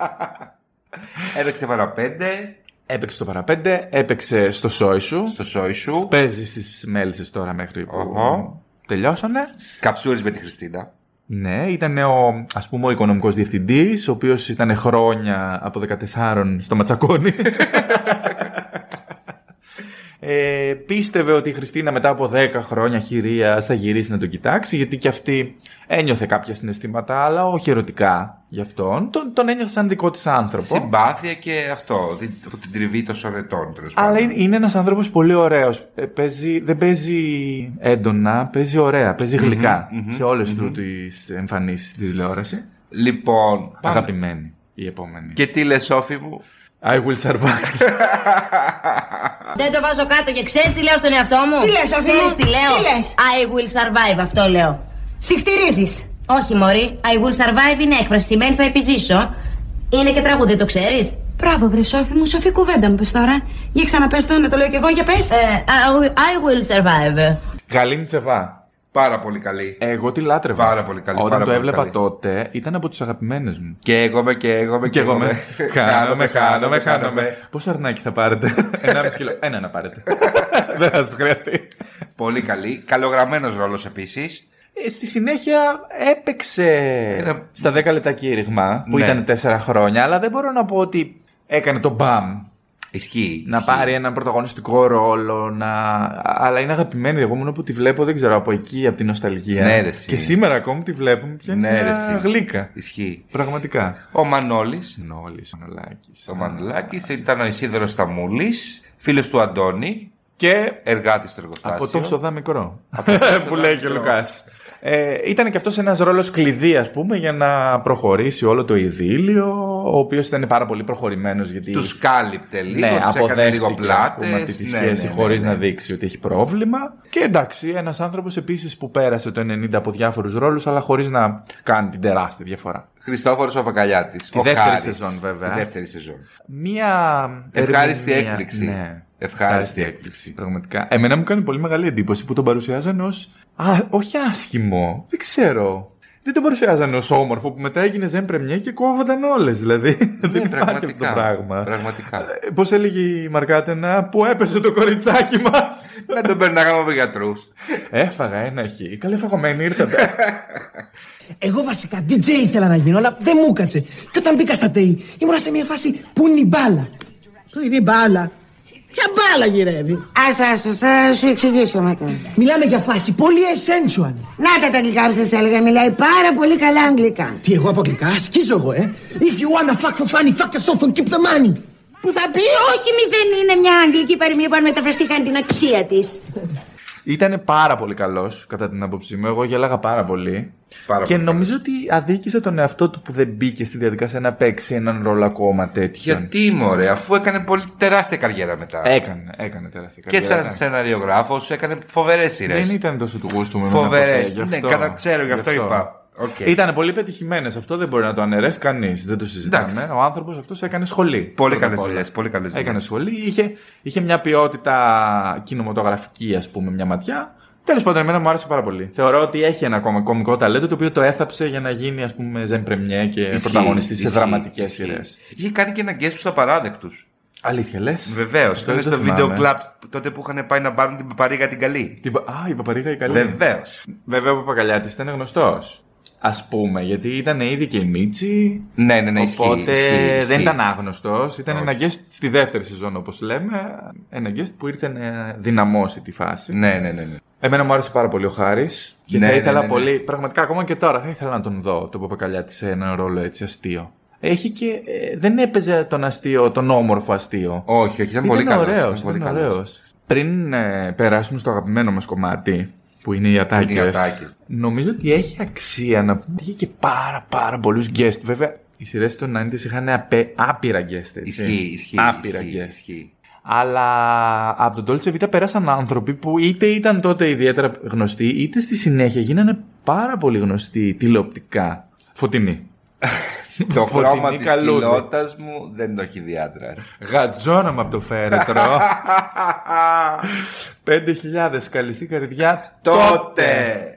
[SPEAKER 1] Έδεξε παραπέντε
[SPEAKER 2] Έπαιξε στο παραπέντε, έπαιξε στο σόι σου.
[SPEAKER 1] στο σόι σου.
[SPEAKER 2] Παίζει στις μέλισσες τώρα μέχρι που
[SPEAKER 1] Οχο.
[SPEAKER 2] τελειώσανε.
[SPEAKER 1] Καψούρης με τη Χριστίνα.
[SPEAKER 2] Ναι, ήταν ο, ας πούμε, ο οικονομικός διευθυντής, ο οποίος ήταν χρόνια από 14 στο Ματσακόνι. ε, πίστευε ότι η Χριστίνα μετά από 10 χρόνια χειρία θα γυρίσει να τον κοιτάξει, γιατί και αυτή ένιωθε κάποια συναισθήματα, αλλά όχι ερωτικά γι' αυτόν. Τον, τον ένιωθε σαν δικό της άνθρωπο.
[SPEAKER 1] Συμπάθεια και αυτό. Την, την τριβή των ετών τέλος
[SPEAKER 2] Αλλά
[SPEAKER 1] πάντων.
[SPEAKER 2] είναι, είναι ένας άνθρωπος πολύ ωραίος. Ε, παίζει, δεν παίζει έντονα, παίζει ωραία, παίζει γλυκά σε όλες του τις εμφανίσεις στην τηλεόρασης.
[SPEAKER 1] Λοιπόν, πάμε.
[SPEAKER 2] Αγαπημένη η επόμενη.
[SPEAKER 1] Και τι λες Σόφη μου.
[SPEAKER 2] I will survive.
[SPEAKER 9] Δεν το βάζω κάτω και ξέρεις τι λέω στον εαυτό μου.
[SPEAKER 3] Τι λες, Σοφή μου?
[SPEAKER 9] Ξέρεις τι λέω.
[SPEAKER 3] Τι λες?
[SPEAKER 9] I will survive, αυτό λέω.
[SPEAKER 3] Συχτηρίζεις.
[SPEAKER 9] Όχι, Μωρή. I will survive είναι έκφραση. Σημαίνει θα επιζήσω. Είναι και τραγούδι, το ξέρεις.
[SPEAKER 3] Μπράβο, βρε Σόφη μου, Σοφή κουβέντα μου πες τώρα. Για ξαναπες το, να το λέω κι εγώ, για πες.
[SPEAKER 9] Ε, I will- I will survive.
[SPEAKER 2] Γαλήνη Τσεβά.
[SPEAKER 1] Πάρα πολύ καλή.
[SPEAKER 2] Εγώ τη λάτρευα.
[SPEAKER 1] Πάρα πολύ καλή,
[SPEAKER 2] Όταν
[SPEAKER 1] πάρα
[SPEAKER 2] το
[SPEAKER 1] πολύ
[SPEAKER 2] έβλεπα
[SPEAKER 1] καλή.
[SPEAKER 2] τότε, ήταν από τις αγαπημένες μου.
[SPEAKER 1] Και εγώ με, και εγώ με,
[SPEAKER 2] Και εγώ με. Χάνομαι, χάνομαι, χάνομαι. Πόσο αρνάκι θα πάρετε. Ένα κιλό. Ένα να πάρετε. Δεν θα σας χρειαστεί.
[SPEAKER 1] Πολύ καλή. Καλογραμμένος ρόλος επίσης.
[SPEAKER 2] Ε, Στη συνέχεια έπαιξε
[SPEAKER 1] Ένα-
[SPEAKER 2] στα 10 λεπτά κήρυγμα που
[SPEAKER 1] Ναι.
[SPEAKER 2] ήταν 4 χρόνια, αλλά δεν μπορώ να πω ότι έκανε το μπαμ.
[SPEAKER 1] Ισχύει.
[SPEAKER 2] Να
[SPEAKER 1] ισχύει.
[SPEAKER 2] πάρει έναν πρωταγωνιστικό ρόλο, να... αλλά είναι αγαπημένη. Εγώ μόνο που τη βλέπω, δεν ξέρω, από εκεί, από την νοσταλγία.
[SPEAKER 1] Ναι, ρε, εσύ.
[SPEAKER 2] και σήμερα ακόμη τη βλέπουμε πια
[SPEAKER 1] Ναι,
[SPEAKER 2] ναι,
[SPEAKER 1] ρε, εσύ.
[SPEAKER 2] γλύκα.
[SPEAKER 1] Ισχύει.
[SPEAKER 2] Πραγματικά.
[SPEAKER 1] Ο Μανώλης.
[SPEAKER 2] Νόλης, ο Νολάκης.
[SPEAKER 1] Ο Μανολάκης ήταν ο Ισίδωρος Σταμούλης, φίλος του Αντώνη,
[SPEAKER 2] Και
[SPEAKER 1] εργάτης στο εργοστάσιο.
[SPEAKER 2] από τόσο δα μικρό.
[SPEAKER 1] τόσο
[SPEAKER 2] που
[SPEAKER 1] δα
[SPEAKER 2] λέει και ο
[SPEAKER 1] μικρό.
[SPEAKER 2] Λουκάς. Ε, ήταν και αυτός ένας ρόλος κλειδί, ας πούμε, για να προχωρήσει όλο το ειδήλιο, ο οποίος ήταν πάρα πολύ προχωρημένος, γιατί
[SPEAKER 1] Τους κάλυπτε λίγο,
[SPEAKER 2] ναι,
[SPEAKER 1] τους έκανε
[SPEAKER 2] αποδέχτηκε
[SPEAKER 1] λίγο
[SPEAKER 2] ας
[SPEAKER 1] πλάτες.
[SPEAKER 2] πούμε, αυτή τη
[SPEAKER 1] Ναι,
[SPEAKER 2] σχέση χωρίς
[SPEAKER 1] ναι, ναι, ναι.
[SPEAKER 2] να δείξει ότι έχει πρόβλημα. Και εντάξει, ένας άνθρωπος επίσης που πέρασε το 90 από διάφορους ρόλους, αλλά χωρίς να κάνει την τεράστια διαφορά.
[SPEAKER 1] Χριστόφορος Παπακαλιάτης. Τη
[SPEAKER 2] δεύτερη σεζόν, βέβαια.
[SPEAKER 1] Τη δεύτερη σεζόν.
[SPEAKER 2] Μία.
[SPEAKER 1] Ευχάριστη
[SPEAKER 2] ερμηνεία,
[SPEAKER 1] έκπληξη.
[SPEAKER 2] Ναι.
[SPEAKER 1] Ευχάριστη έκπληξη.
[SPEAKER 2] Πραγματικά. Εμένα μου κάνει πολύ μεγάλη εντύπωση που τον παρουσιάζαν ως. Όχι άσχημο. Δεν ξέρω. Δεν τον παρουσιάζαν ως όμορφο που μετά έγινε ζεν πρεμιέ και κόβονταν όλες. Δηλαδή δεν υπάρχει αυτό το πράγμα.
[SPEAKER 1] Ναι, Πραγματικά.
[SPEAKER 2] Πώς έλεγε η Μαρκάτενα, που έπεσε το κοριτσάκι μας.
[SPEAKER 1] Να τον περνάγαμε από γιατρούς.
[SPEAKER 2] Έφαγα ένα χι. Καλή φαγωμένη ήρθατε.
[SPEAKER 5] Εγώ βασικά DJ ήθελα να γίνω, αλλά δεν μου κάτσε. Και όταν μπήκα στα ΤΕΙ, ήμουνα σε μια φάση που είναι η μπάλα. Πού είναι η μπάλα. Ποια μπάλα γυρεύει.
[SPEAKER 9] Άσε, άσε, θα σου εξηγήσω μετά.
[SPEAKER 5] Μιλάμε για φάση πολύ essential.
[SPEAKER 9] Να τα τα αγγλικά που σας έλεγα, μιλάει πάρα πολύ καλά αγγλικά.
[SPEAKER 5] Τι εγώ από αγγλικά, ασκίζω εγώ, ε. If you wanna fuck for funny, fuck yourself and keep the money.
[SPEAKER 9] Που θα πει, Ε, όχι μη δεν είναι μια αγγλική παροιμία που αν μεταφραστεί χάνει την αξία της.
[SPEAKER 2] Ήταν πάρα πολύ καλός, κατά την άποψή μου. Εγώ γελάγα πάρα πολύ.
[SPEAKER 1] Πάρα
[SPEAKER 2] και
[SPEAKER 1] πολύ
[SPEAKER 2] νομίζω ότι αδίκησε τον εαυτό του που δεν μπήκε στη διαδικασία να παίξει έναν ρόλο ακόμα τέτοιον.
[SPEAKER 1] Γιατί μωρέ, αφού έκανε πολύ τεράστια καριέρα μετά.
[SPEAKER 2] Έκανε, έκανε τεράστια
[SPEAKER 1] και
[SPEAKER 2] Ε, καριέρα. ναι.
[SPEAKER 1] σαν σεναριογράφος έκανε φοβερές σειρές.
[SPEAKER 2] Δεν ήταν τόσο του γούστου μου. εμένα
[SPEAKER 1] Φοβερέ.
[SPEAKER 2] ποτέ, γι'
[SPEAKER 1] Ναι,
[SPEAKER 2] αυτό.
[SPEAKER 1] κατά ξέρω, γι' αυτό είπα. Οκ.
[SPEAKER 2] Ήταν πολύ πετυχημένες. Αυτό δεν μπορεί να το αναιρέσει κανείς. Δεν το συζητάμε.
[SPEAKER 1] Εντάξει.
[SPEAKER 2] Ο άνθρωπος αυτός έκανε σχολή.
[SPEAKER 1] Πολύ
[SPEAKER 2] πρώτα
[SPEAKER 1] καλέ
[SPEAKER 2] απ' όλα.
[SPEAKER 1] δουλειές. Πολύ καλές δουλειέ.
[SPEAKER 2] Έκανε σχολή. Είχε, είχε μια ποιότητα κινηματογραφική, ας πούμε, μια ματιά. Τέλος πάντων, εμένα μου άρεσε πάρα πολύ. Θεωρώ ότι έχει ένα ακόμα κομικό ταλέντο το οποίο το έθαψε για να γίνει, ας πούμε, ζεν πρεμιέ και πρωταγωνιστής σε δραματικέ σειρές.
[SPEAKER 1] Είχε κάνει και ένα γκέστ στου απαράδεκτου.
[SPEAKER 2] Αλήθεια λες.
[SPEAKER 1] Βεβαίως. Ήταν στο βίντεο κλαμπ τότε που είχαν πάει να πάρουν την Παπαρίγα την καλή.
[SPEAKER 2] Α, η Παπαρίγα η καλή.
[SPEAKER 1] Βεβαίως.
[SPEAKER 2] Βέβαια ο Παπακαλιάτης ήταν γνωστός. Ας πούμε, γιατί ήταν ήδη και η Μίτσι.
[SPEAKER 1] Ναι, ναι, ναι. ισχύει,
[SPEAKER 2] Οπότε
[SPEAKER 1] ισχύει, ισχύει.
[SPEAKER 2] δεν ήταν άγνωστος. Ήταν
[SPEAKER 1] Όχι.
[SPEAKER 2] ένα guest στη δεύτερη σεζόν, όπως λέμε. Ένα guest που ήρθε να δυναμώσει τη φάση.
[SPEAKER 1] Ναι, ναι, ναι. ναι.
[SPEAKER 2] Εμένα μου άρεσε πάρα πολύ ο Χάρης. Και
[SPEAKER 1] Ναι,
[SPEAKER 2] θα
[SPEAKER 1] ναι,
[SPEAKER 2] ήθελα
[SPEAKER 1] ναι, ναι.
[SPEAKER 2] πολύ. Πραγματικά ακόμα και τώρα θα ήθελα να τον δω τον Παπακαλιάτη σε έναν ρόλο έτσι αστείο. έχει και. ε, δεν έπαιζε τον αστείο, τον όμορφο αστείο.
[SPEAKER 1] Όχι, όχι, ήταν, πολύ
[SPEAKER 2] Ήταν
[SPEAKER 1] καλός.
[SPEAKER 2] ωραίος, ήταν ωραίος. Πριν ε, περάσουμε στο αγαπημένο μας κομμάτι, που είναι οι ατάκες,
[SPEAKER 1] οι ατάκες.
[SPEAKER 2] νομίζω ότι έχει αξία να πούμε. Είχε και πάρα πάρα πολλούς guest. Βέβαια, οι σειρές των 90s είχαν απε- άπειρα guest. έτσι.
[SPEAKER 1] Ισχύει, ισχύει.
[SPEAKER 2] Άπειρα
[SPEAKER 1] ισχύει,
[SPEAKER 2] guest.
[SPEAKER 1] ισχύει.
[SPEAKER 2] Αλλά από τον Dolce Vita πέρασαν άνθρωποι που είτε ήταν τότε ιδιαίτερα γνωστοί, είτε στη συνέχεια γίνανε πάρα πολύ γνωστοί τηλεοπτικά. Φωτεινή.
[SPEAKER 1] Το
[SPEAKER 2] Φωτεινή
[SPEAKER 1] χρώμα της
[SPEAKER 2] καλούδη.
[SPEAKER 1] πιλότας μου δεν το έχει διάντρα.
[SPEAKER 2] Γατζώναμε από το φέρετρο. 5.000 καλιστή καρδιά
[SPEAKER 1] Τότε!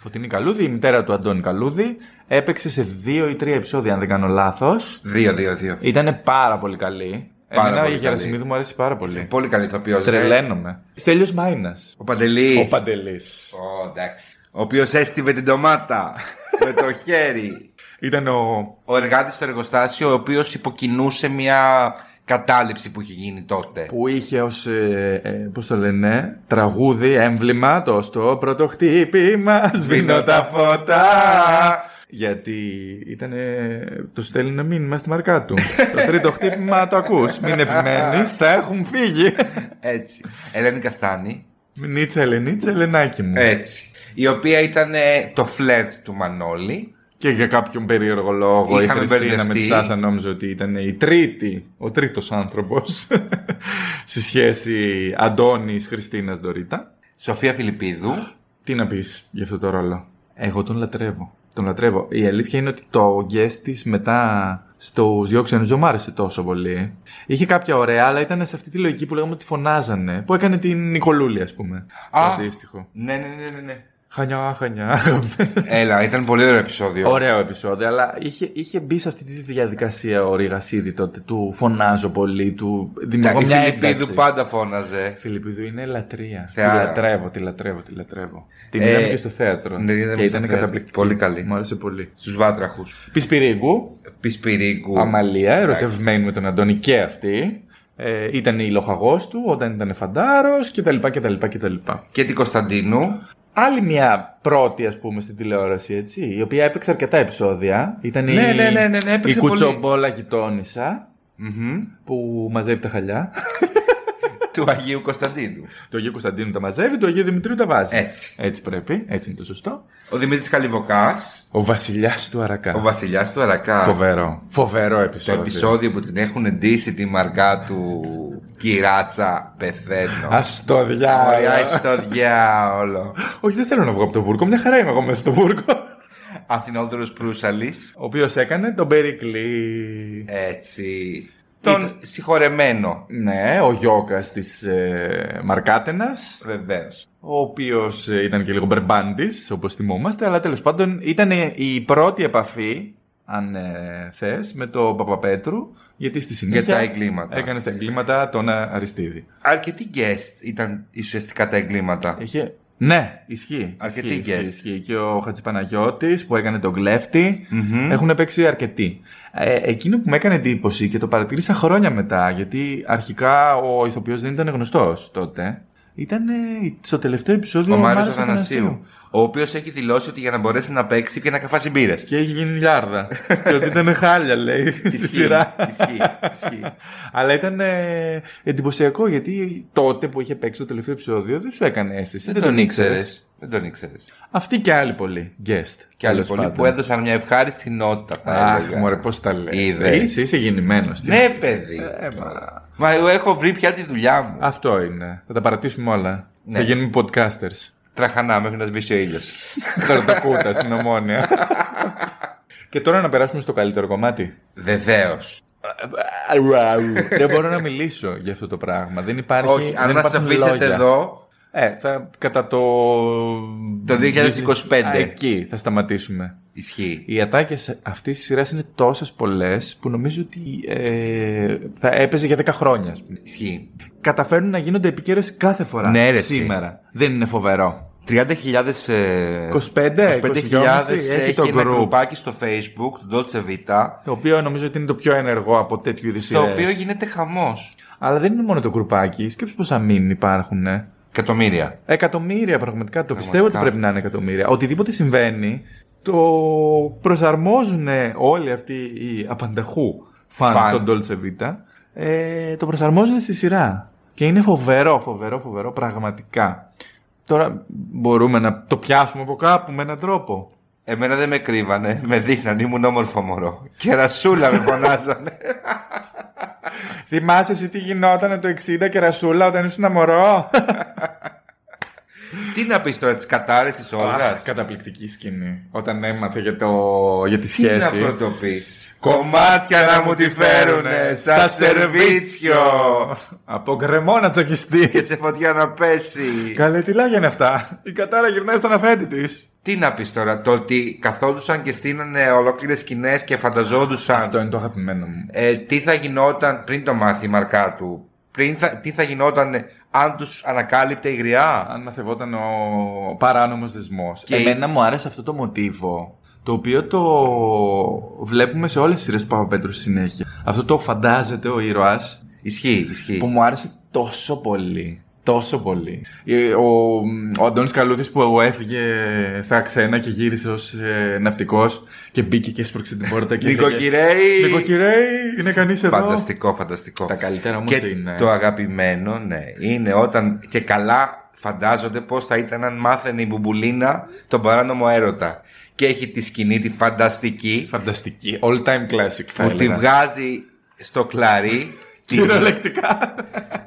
[SPEAKER 2] Φωτεινή Καλούδη, η μητέρα του Αντώνη Καλούδη, έπαιξε σε δύο ή τρία επεισόδια, αν δεν κάνω λάθος.
[SPEAKER 1] Δύο, δύο, δύο.
[SPEAKER 2] Ήταν πάρα πολύ καλή.
[SPEAKER 1] Πάρα
[SPEAKER 2] Εμένα η
[SPEAKER 1] πολύ καλή.
[SPEAKER 2] Γερασιμίδου μου αρέσει πάρα πολύ.
[SPEAKER 1] Πολύ καλή ηθοποιός. ρε.
[SPEAKER 2] Τρελαίνομαι. Στέλιος Μάινας.
[SPEAKER 1] Ο Παντελής.
[SPEAKER 2] Ο Παντελής.
[SPEAKER 1] Ω, εντάξει. Ο οποίος έστειβε την ντομάτα με το χέρι.
[SPEAKER 2] Ήταν ο.
[SPEAKER 1] Ο εργάτης στο εργοστάσιο, ο οποίος υποκινούσε μια κατάληψη που είχε γίνει τότε.
[SPEAKER 2] που είχε ως. Ε, ε, Πώς το λένε, τραγούδι, έμβλημα, το στο πρώτο χτύπημα. Σβήνω τα φώτα. Γιατί ήταν. το στέλνει ένα μήνυμα στη μαρκά του. το τρίτο χτύπημα το ακούς Μην επιμένεις, θα έχουν φύγει.
[SPEAKER 1] Έτσι. Ελένη Καστάνη.
[SPEAKER 2] Νίτσα, Ελενίτσα, Ελενάκι μου.
[SPEAKER 1] Έτσι. Η οποία ήταν ε, το φλερτ του Μανώλη.
[SPEAKER 2] Και για κάποιον περίεργο λόγο η
[SPEAKER 1] Είχαμε
[SPEAKER 2] Χριστίνα με τη
[SPEAKER 1] μπερδευτεί.
[SPEAKER 2] Σάσα νόμιζε ότι ήταν η τρίτη, ο τρίτος άνθρωπος στη σχέση Αντώνης Χριστίνας Ντορίτα.
[SPEAKER 1] Σοφία Φιλιππίδου.
[SPEAKER 2] Τι να πεις για αυτό το ρόλο. Εγώ τον λατρεύω. Τον λατρεύω. Η αλήθεια είναι ότι το guest της μετά στους διόξενους δεν μου άρεσε τόσο πολύ. Είχε κάποια ωραία, αλλά ήταν σε αυτή τη λογική που λέγαμε ότι φωνάζανε. Που έκανε την Νικολούλη, ας πούμε.
[SPEAKER 1] Α.
[SPEAKER 2] Το αντίστοιχο.
[SPEAKER 1] Ναι, ναι, ναι, ναι, ναι.
[SPEAKER 2] Χανιά, χανιά.
[SPEAKER 1] Έλα, ήταν πολύ ωραίο επεισόδιο.
[SPEAKER 2] Ωραίο επεισόδιο, αλλά είχε, είχε μπει σε αυτή τη διαδικασία ο Ρηγασίδη τότε. Του φωνάζω πολύ, του δημιουργώ
[SPEAKER 1] Εντάξει,
[SPEAKER 2] μια
[SPEAKER 1] η Φιλιππίδου
[SPEAKER 2] ένταση.
[SPEAKER 1] πάντα φώναζε.
[SPEAKER 2] Φιλιππίδου είναι λατρεία.
[SPEAKER 1] Θεάρα.
[SPEAKER 2] Τη λατρεύω, τη λατρεύω, τη λατρεύω. Την
[SPEAKER 1] Ε,
[SPEAKER 2] είδαμε και στο θέατρο.
[SPEAKER 1] ναι, είδαμε
[SPEAKER 2] και
[SPEAKER 1] στο
[SPEAKER 2] ήταν
[SPEAKER 1] θέατρο.
[SPEAKER 2] καταπληκτική.
[SPEAKER 1] Πολύ καλή.
[SPEAKER 2] Μου άρεσε πολύ.
[SPEAKER 1] Στους βάτραχους.
[SPEAKER 2] Πισπυρίγκου,
[SPEAKER 1] Πισπυρίγκου.
[SPEAKER 2] Αμαλία,
[SPEAKER 1] Εντάξει.
[SPEAKER 2] ερωτευμένη με τον Αντώνη και αυτή. Ε, ήταν η λοχαγός του όταν ήταν φαντάρος κτλ, κτλ, κτλ.
[SPEAKER 1] Και την Κωνσταντίνου.
[SPEAKER 2] Άλλη μια πρώτη, ας πούμε, στην τηλεόραση, έτσι, η οποία έπαιξε αρκετά επεισόδια. Ήταν η,
[SPEAKER 1] Ναι, ναι, ναι, ναι, ναι,
[SPEAKER 2] η
[SPEAKER 1] έπαιξε πολύ.
[SPEAKER 2] κουτσομπόλα γειτόνισσα
[SPEAKER 1] Μμμ.
[SPEAKER 2] που μαζεύει τα χαλιά.
[SPEAKER 1] του Αγίου Κωνσταντίνου.
[SPEAKER 2] του Αγίου Κωνσταντίνου τα μαζεύει, του Αγίου Δημητρίου τα βάζει.
[SPEAKER 1] Έτσι.
[SPEAKER 2] Έτσι πρέπει, έτσι είναι το σωστό.
[SPEAKER 1] Ο Δημήτρης Καλυβοκάς.
[SPEAKER 2] Ο βασιλιάς του Αρακά.
[SPEAKER 1] Ο βασιλιάς του Αρακά.
[SPEAKER 2] Φοβερό. Φοβερό
[SPEAKER 1] Το
[SPEAKER 2] επεισόδιο.
[SPEAKER 1] επεισόδιο που την έχουν ντύσει τη μαρκά του κυράτσα πεθαίνω.
[SPEAKER 2] Ας το
[SPEAKER 1] Ωραία,
[SPEAKER 2] διάλογο.
[SPEAKER 1] έχει το διάολο.
[SPEAKER 2] Όχι, δεν θέλω να βγω από το βούρκο. Μια χαρά είμαι εγώ μέσα στο βούρκο.
[SPEAKER 1] Αθηνόδωρος Προύσαλης.
[SPEAKER 2] Ο οποίος έκανε τον Περικλή.
[SPEAKER 1] Έτσι. Τον συγχωρεμένο.
[SPEAKER 2] Ναι, ο Γιώκας της ε, Μαρκάτενας.
[SPEAKER 1] Βεβαίως.
[SPEAKER 2] ο οποίος ήταν και λίγο μπερμπάντης, όπως θυμόμαστε, αλλά τέλος πάντων ήταν ε, η πρώτη επαφή, αν ε, θες, με τον Παπαπέτρου, γιατί στη συνέχεια.
[SPEAKER 1] Για τα εγκλήματα.
[SPEAKER 2] Έκανε τα εγκλήματα τον Α- Αριστίδη.
[SPEAKER 1] Αρκετοί guest ήταν ουσιαστικά τα εγκλήματα.
[SPEAKER 2] Είχε. Ναι, ισχύει.
[SPEAKER 1] Αρκετοί
[SPEAKER 2] Ισχύει, ισχύει,
[SPEAKER 1] guest.
[SPEAKER 2] ισχύει. Και ο Χατζηπαναγιώτης που έκανε τον κλέφτη.
[SPEAKER 1] Μμμ.
[SPEAKER 2] Έχουν παίξει αρκετοί. Ε, εκείνο που μου έκανε εντύπωση και το παρατήρησα χρόνια μετά, γιατί αρχικά ο ηθοποιός δεν ήταν γνωστός τότε. Ήταν ε, στο τελευταίο επεισόδιο
[SPEAKER 1] Ο Μάριος
[SPEAKER 2] Μάριος
[SPEAKER 1] Αθανασίου. Ο οποίος έχει δηλώσει ότι για να μπορέσει να παίξει και να καφάσει μπύρες.
[SPEAKER 2] Και έχει γίνει λιάρδα. και ότι ήταν χάλια, λέει, στη σειρά.
[SPEAKER 1] Ισχύει. ισχύει.
[SPEAKER 2] Αλλά ήταν ε, εντυπωσιακό γιατί τότε που είχε παίξει το τελευταίο επεισόδιο δεν σου έκανε αίσθηση.
[SPEAKER 1] Δεν τον ήξερες. Δεν τον ήξερες.
[SPEAKER 2] Αυτοί και άλλοι πολλοί guest.
[SPEAKER 1] Και άλλοι
[SPEAKER 2] τέλος
[SPEAKER 1] πολλοί
[SPEAKER 2] πάντων.
[SPEAKER 1] που έδωσαν μια ευχάριστη νότα. θα
[SPEAKER 2] Αχ,
[SPEAKER 1] έλεγα.
[SPEAKER 2] μωρέ, πώς τα λες.
[SPEAKER 1] Είδες.
[SPEAKER 2] Είσαι, είσαι γεννημένος.
[SPEAKER 1] Ναι, παιδί. Μα εγώ έχω βρει πια τη δουλειά μου.
[SPEAKER 2] Ε, Αυτό είναι. Θα τα παρατήσουμε όλα.
[SPEAKER 1] Ναι.
[SPEAKER 2] Θα γίνουμε podcasters.
[SPEAKER 1] Τραχανά μέχρι να σβήσει ο ήλιος.
[SPEAKER 2] Χαρτακούτα στην ομόνια. Και τώρα να περάσουμε στο καλύτερο κομμάτι.
[SPEAKER 1] Βεβαίως.
[SPEAKER 2] Δεν μπορώ να μιλήσω για αυτό το πράγμα. Δεν υπάρχει.
[SPEAKER 1] Όχι, αν
[SPEAKER 2] δεν
[SPEAKER 1] μα
[SPEAKER 2] υπάρχουν
[SPEAKER 1] αφήσετε
[SPEAKER 2] λόγια.
[SPEAKER 1] εδώ.
[SPEAKER 2] Ε, θα κατά το.
[SPEAKER 1] Το 2025.
[SPEAKER 2] Α, Εκεί θα σταματήσουμε.
[SPEAKER 1] Ισχύει.
[SPEAKER 2] Οι ατάκες αυτής της σειράς είναι τόσες πολλές που νομίζω ότι ε, θα έπαιζε για 10 χρόνια, ας πούμε.
[SPEAKER 1] Ισχύει.
[SPEAKER 2] καταφέρνουν να γίνονται επικαιρές κάθε φορά.
[SPEAKER 1] Ναι, ρε, εσύ.
[SPEAKER 2] σήμερα. Δεν είναι φοβερό.
[SPEAKER 1] 30.000. ε,
[SPEAKER 2] 25,
[SPEAKER 1] 25.000
[SPEAKER 2] έχει
[SPEAKER 1] έχει
[SPEAKER 2] το
[SPEAKER 1] ένα
[SPEAKER 2] group.
[SPEAKER 1] γκρουπάκι στο facebook του Dolce Vita
[SPEAKER 2] Το οποίο νομίζω ότι είναι το πιο ενεργό από τέτοιου είδους
[SPEAKER 1] στο οποίο γίνεται χαμός
[SPEAKER 2] Αλλά δεν είναι μόνο το γκρουπάκι. Σκέψου πόσα μήνυμα υπάρχουν. ε.
[SPEAKER 1] εκατομμύρια
[SPEAKER 2] Εκατομμύρια πραγματικά. Το πιστεύω ότι πρέπει να είναι εκατομμύρια. Οτιδήποτε συμβαίνει, το προσαρμόζουν όλοι αυτοί οι απανταχού φαν
[SPEAKER 1] Φαν.
[SPEAKER 2] των Dolce Vita, ε, το προσαρμόζουν στη σειρά. Και είναι φοβερό, φοβερό, φοβερό πραγματικά. Τώρα μπορούμε να το πιάσουμε από κάπου με έναν τρόπο.
[SPEAKER 1] Εμένα δεν με κρύβανε, με δείχναν, ήμουν όμορφο μωρό. Κερασούλα με φωνάζανε.
[SPEAKER 2] Θυμάσαι εσύ τι γινόταν το 60 κερασούλα όταν ήσουν μωρό.
[SPEAKER 1] Τι να πεις τώρα, τις κατάρες της
[SPEAKER 2] Αχ,
[SPEAKER 1] Όλγα.
[SPEAKER 2] καταπληκτική σκηνή. Όταν έμαθε για, το... για τη
[SPEAKER 1] Τι να
[SPEAKER 2] σχέση.
[SPEAKER 1] πρωτοπείς. Κομμάτια να μου τη φέρουνε, σαν σερβίτσιο.
[SPEAKER 2] Από γκρεμό να
[SPEAKER 1] Και
[SPEAKER 2] τσακιστεί.
[SPEAKER 1] σε φωτιά να πέσει.
[SPEAKER 2] Καλέ, τι λάγια είναι αυτά. Η κατάρα γυρνάει στον αφέντη της.
[SPEAKER 1] Τι να πεις τώρα, το ότι καθόντουσαν και στείνανε ολόκληρες σκηνές και φανταζόντουσαν
[SPEAKER 2] Αυτό είναι το αγαπημένο μου.
[SPEAKER 1] ε, τι θα γινόταν πριν το μάθει η μαρκά του. Πριν θα, τι θα γινόταν ε, αν τους ανακάλυπτε η γριά.
[SPEAKER 2] Αν μαθευόταν ο παράνομος δεσμός.
[SPEAKER 1] Και-
[SPEAKER 2] Εμένα μου άρεσε αυτό το μοτίβο, το οποίο το βλέπουμε σε όλες τις σειρές του Παπαπέτρου στη συνέχεια. Αυτό το φαντάζεται ο ήρωας,
[SPEAKER 1] Ισχύει,
[SPEAKER 2] που
[SPEAKER 1] ισχύει.
[SPEAKER 2] μου άρεσε τόσο πολύ. Τόσο πολύ. Ε, Ο, ο Αντώνης Καλούδης που έφυγε στα ξένα και γύρισε ως ε, ναυτικός και μπήκε και έσπρωξε την πόρτα και έλεγε,
[SPEAKER 1] Νοικοκυρέι.
[SPEAKER 2] «Νοικοκυρέι, είναι κανείς εδώ.
[SPEAKER 1] Φανταστικό, φανταστικό.
[SPEAKER 2] Τα καλύτερα όμως
[SPEAKER 1] Και
[SPEAKER 2] είναι.
[SPEAKER 1] το αγαπημένο, ναι, είναι όταν και καλά φαντάζονται πώς θα ήταν αν μάθαινε η Μπουμπουλίνα τον παράνομο έρωτα. Και έχει τη σκηνή τη φανταστική
[SPEAKER 2] Φανταστική. All time classic θα
[SPEAKER 1] που τη
[SPEAKER 2] έλεγα.
[SPEAKER 1] βγάζει στο κλαρί τη-
[SPEAKER 2] Κυριολεκτικά.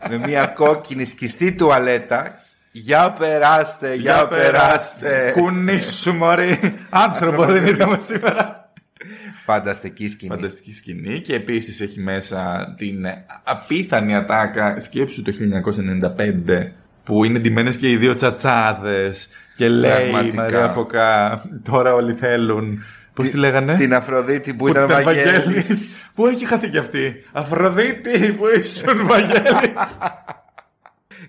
[SPEAKER 1] με μια κόκκινη σκιστή τουαλέτα. Για περάστε, για, περάστε.
[SPEAKER 2] Κουνή σου μωρή. Άνθρωπο δεν είδαμε σήμερα.
[SPEAKER 1] Φανταστική σκηνή.
[SPEAKER 2] Φανταστική σκηνή και επίσης έχει μέσα την απίθανη ατάκα σκέψου το 1995 που είναι ντυμένες και οι δύο τσατσάδες και λέει η
[SPEAKER 1] Πραγματικά.
[SPEAKER 2] Μαρία Φωκά τώρα όλοι θέλουν πώς τη λέγανε
[SPEAKER 1] Την Αφροδίτη που
[SPEAKER 2] Που
[SPEAKER 1] ήταν
[SPEAKER 2] ήταν
[SPEAKER 1] Βαγγέλης.
[SPEAKER 2] Βαγγέλης. Πού έχει χαθεί κι αυτή Αφροδίτη που ήσουν Βαγγέλης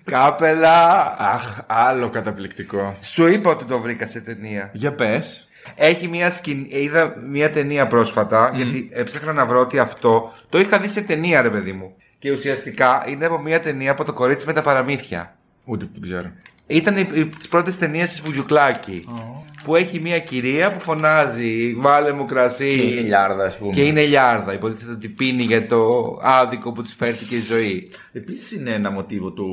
[SPEAKER 1] Κάπελα.
[SPEAKER 2] Αχ άλλο καταπληκτικό
[SPEAKER 1] Σου είπα ότι το βρήκα σε ταινία.
[SPEAKER 2] Για πες
[SPEAKER 1] Έχει μια σκηνή, είδα μια ταινία πρόσφατα, γιατί έψαχνα να βρω ότι αυτό το είχα δει σε ταινία, ρε παιδί μου. Και ουσιαστικά είναι από μια ταινία από το κορίτσι με τα παραμύθια.
[SPEAKER 2] Ούτε που την ξέρω
[SPEAKER 1] Ήταν τις πρώτες ταινίες της Βουγιουκλάκη. Που έχει μια κυρία που φωνάζει, βάλε μου κρασί.
[SPEAKER 2] Χιλιάρδα ας πούμε
[SPEAKER 1] Και είναι λιάρδα. Υποτίθεται ότι πίνει για το άδικο που της φέρθηκε η ζωή.
[SPEAKER 2] Επίσης είναι ένα μοτίβο του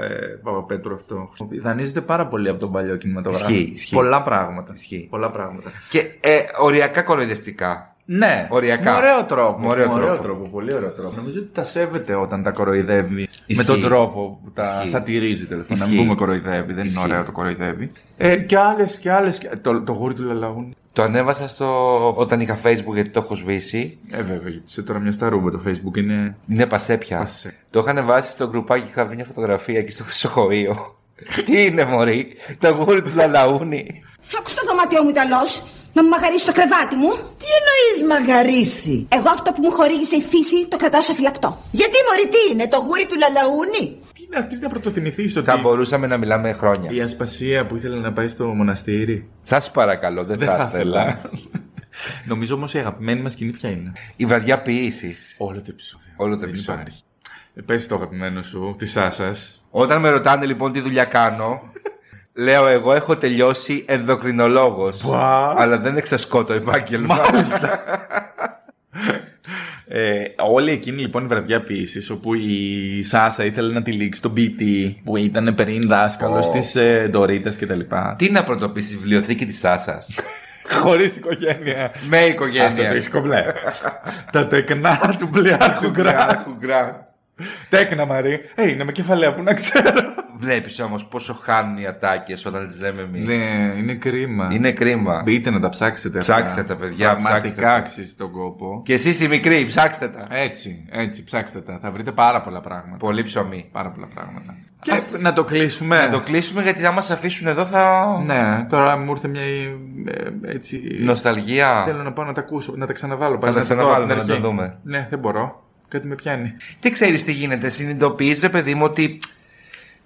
[SPEAKER 2] ε, Παπαπέτρου αυτό. Δανείζεται πάρα πολύ από τον παλιό κινηματογράφο.
[SPEAKER 1] Ισχύει, ισχύει.
[SPEAKER 2] Πολλά πράγματα.
[SPEAKER 1] Ισχύει.
[SPEAKER 2] Πολλά πράγματα.
[SPEAKER 1] Και ε, οριακά κοροϊδευτικά.
[SPEAKER 2] Ναι,
[SPEAKER 1] Οριακά.
[SPEAKER 2] με ωραίο τρόπο.
[SPEAKER 1] Με ωραίο
[SPEAKER 2] με
[SPEAKER 1] τρόπο.
[SPEAKER 2] Πολύ ωραίο τρόπο. Νομίζω ότι τα σέβεται όταν τα κοροϊδεύει.
[SPEAKER 1] Ισχύει.
[SPEAKER 2] Με τον τρόπο που τα
[SPEAKER 1] Ισχύει.
[SPEAKER 2] σατυρίζει τέλος πάντων. Να μην
[SPEAKER 1] Ισχύει.
[SPEAKER 2] πούμε κοροϊδεύει, δεν
[SPEAKER 1] Ισχύει.
[SPEAKER 2] είναι ωραίο το κοροϊδεύει. Ε, και άλλες και άλλες. Το, το γούρι του λαλαούν.
[SPEAKER 1] Το ανέβασα στο... όταν είχα facebook γιατί το έχω σβήσει.
[SPEAKER 2] Ε, βέβαια, γιατί είσαι τώρα μια σταρούμπα το Facebook είναι.
[SPEAKER 1] Είναι πασέπια.
[SPEAKER 2] Πασέ.
[SPEAKER 1] Το είχα ανεβάσει στο γκρουπάκι και είχα βρει μια φωτογραφία εκεί στο Χρυσοχοείο. Τι είναι, Μωρή, το γούρι του Λαλαούνι.
[SPEAKER 6] Άκουσε το δωμάτιό μου, Ιταλός, να μου μαγαρίσει το κρεβάτι μου.
[SPEAKER 3] Τι εννοείς μαγαρίσι.
[SPEAKER 6] Εγώ αυτό που μου χορήγησε η φύση το κρατάω σε φυλακτό.
[SPEAKER 3] Γιατί μωρή τι είναι, το γούρι του λαλαούνι.
[SPEAKER 2] Τι να, τι να πρωτοθυμηθείς ότι.
[SPEAKER 1] Θα μπορούσαμε να μιλάμε χρόνια.
[SPEAKER 2] Η ασπασία που ήθελε να πάει στο μοναστήρι.
[SPEAKER 1] Σας παρακαλώ, δεν,
[SPEAKER 2] Δεν
[SPEAKER 1] θα ήθελα.
[SPEAKER 2] Νομίζω όμως η αγαπημένη μας σκηνή ποια είναι.
[SPEAKER 1] Η βραδιά ποιήσης.
[SPEAKER 2] Όλο το επεισόδιο.
[SPEAKER 1] Όλο το
[SPEAKER 2] Δεν
[SPEAKER 1] επεισόδιο.
[SPEAKER 2] υπάρχει. Ε, Πες το αγαπημένο σου, τη Σάσας.
[SPEAKER 1] Όταν με ρωτάνε λοιπόν τι δουλειά κάνω, λέω εγώ έχω τελειώσει ενδοκρινολόγος. Αλλά δεν εξασκώ το επάγγελμα.
[SPEAKER 2] Ε, όλη εκείνη λοιπόν η βραδιά ποιήσης, όπου η Σάσα ήθελε να τη λήξει τον ποιητή που ήταν πριν δάσκαλο
[SPEAKER 1] Ω.
[SPEAKER 2] τη ε, Ντορίτα κτλ.
[SPEAKER 1] Τι να πρωτοποιεί στη βιβλιοθήκη της Σάσας.
[SPEAKER 2] Χωρίς οικογένεια.
[SPEAKER 1] με
[SPEAKER 2] Αυτό το
[SPEAKER 1] οικογένεια.
[SPEAKER 2] έχεις κομπλέ. Τα τεκνά του πλοιάρχου γκρά. Τέκνα, Μαρή. Ε, είναι με κεφαλαία που να ξέρω.
[SPEAKER 1] Βλέπεις όμως πόσο χάνουν οι ατάκες όταν τις λέμε εμείς.
[SPEAKER 2] Ναι, είναι κρίμα.
[SPEAKER 1] Είναι κρίμα.
[SPEAKER 2] Μπείτε να τα ψάξετε. αυτά.
[SPEAKER 1] Ψάξτε τα, παιδιά, ψάξτε
[SPEAKER 2] Πραγματικά
[SPEAKER 1] τα.
[SPEAKER 2] αξίζει τον κόπο.
[SPEAKER 1] Και εσείς οι μικροί, ψάξτε τα.
[SPEAKER 2] Έτσι, έτσι, ψάξτε τα. Θα βρείτε πάρα πολλά πράγματα.
[SPEAKER 1] Πολύ ψωμί.
[SPEAKER 2] Πάρα πολλά πράγματα. Και να το κλείσουμε.
[SPEAKER 1] Να το κλείσουμε γιατί άμα σε αφήσουν εδώ θα.
[SPEAKER 2] Ναι, τώρα μου ήρθε μια ε, ε, έτσι.
[SPEAKER 1] Νοσταλγία.
[SPEAKER 2] Θέλω να πάω να τα ακούσω, να τα ξαναβάλω πάλι.
[SPEAKER 1] τα
[SPEAKER 2] να δω
[SPEAKER 1] ξαναβάλουμε,
[SPEAKER 2] από την
[SPEAKER 1] να τα
[SPEAKER 2] αρχή.
[SPEAKER 1] δούμε.
[SPEAKER 2] Ναι, δεν μπορώ. Κάτι με πιάνει.
[SPEAKER 1] Τι ξέρεις τι γίνεται. Συνειδητοποιείς, ρε παιδί μου, ότι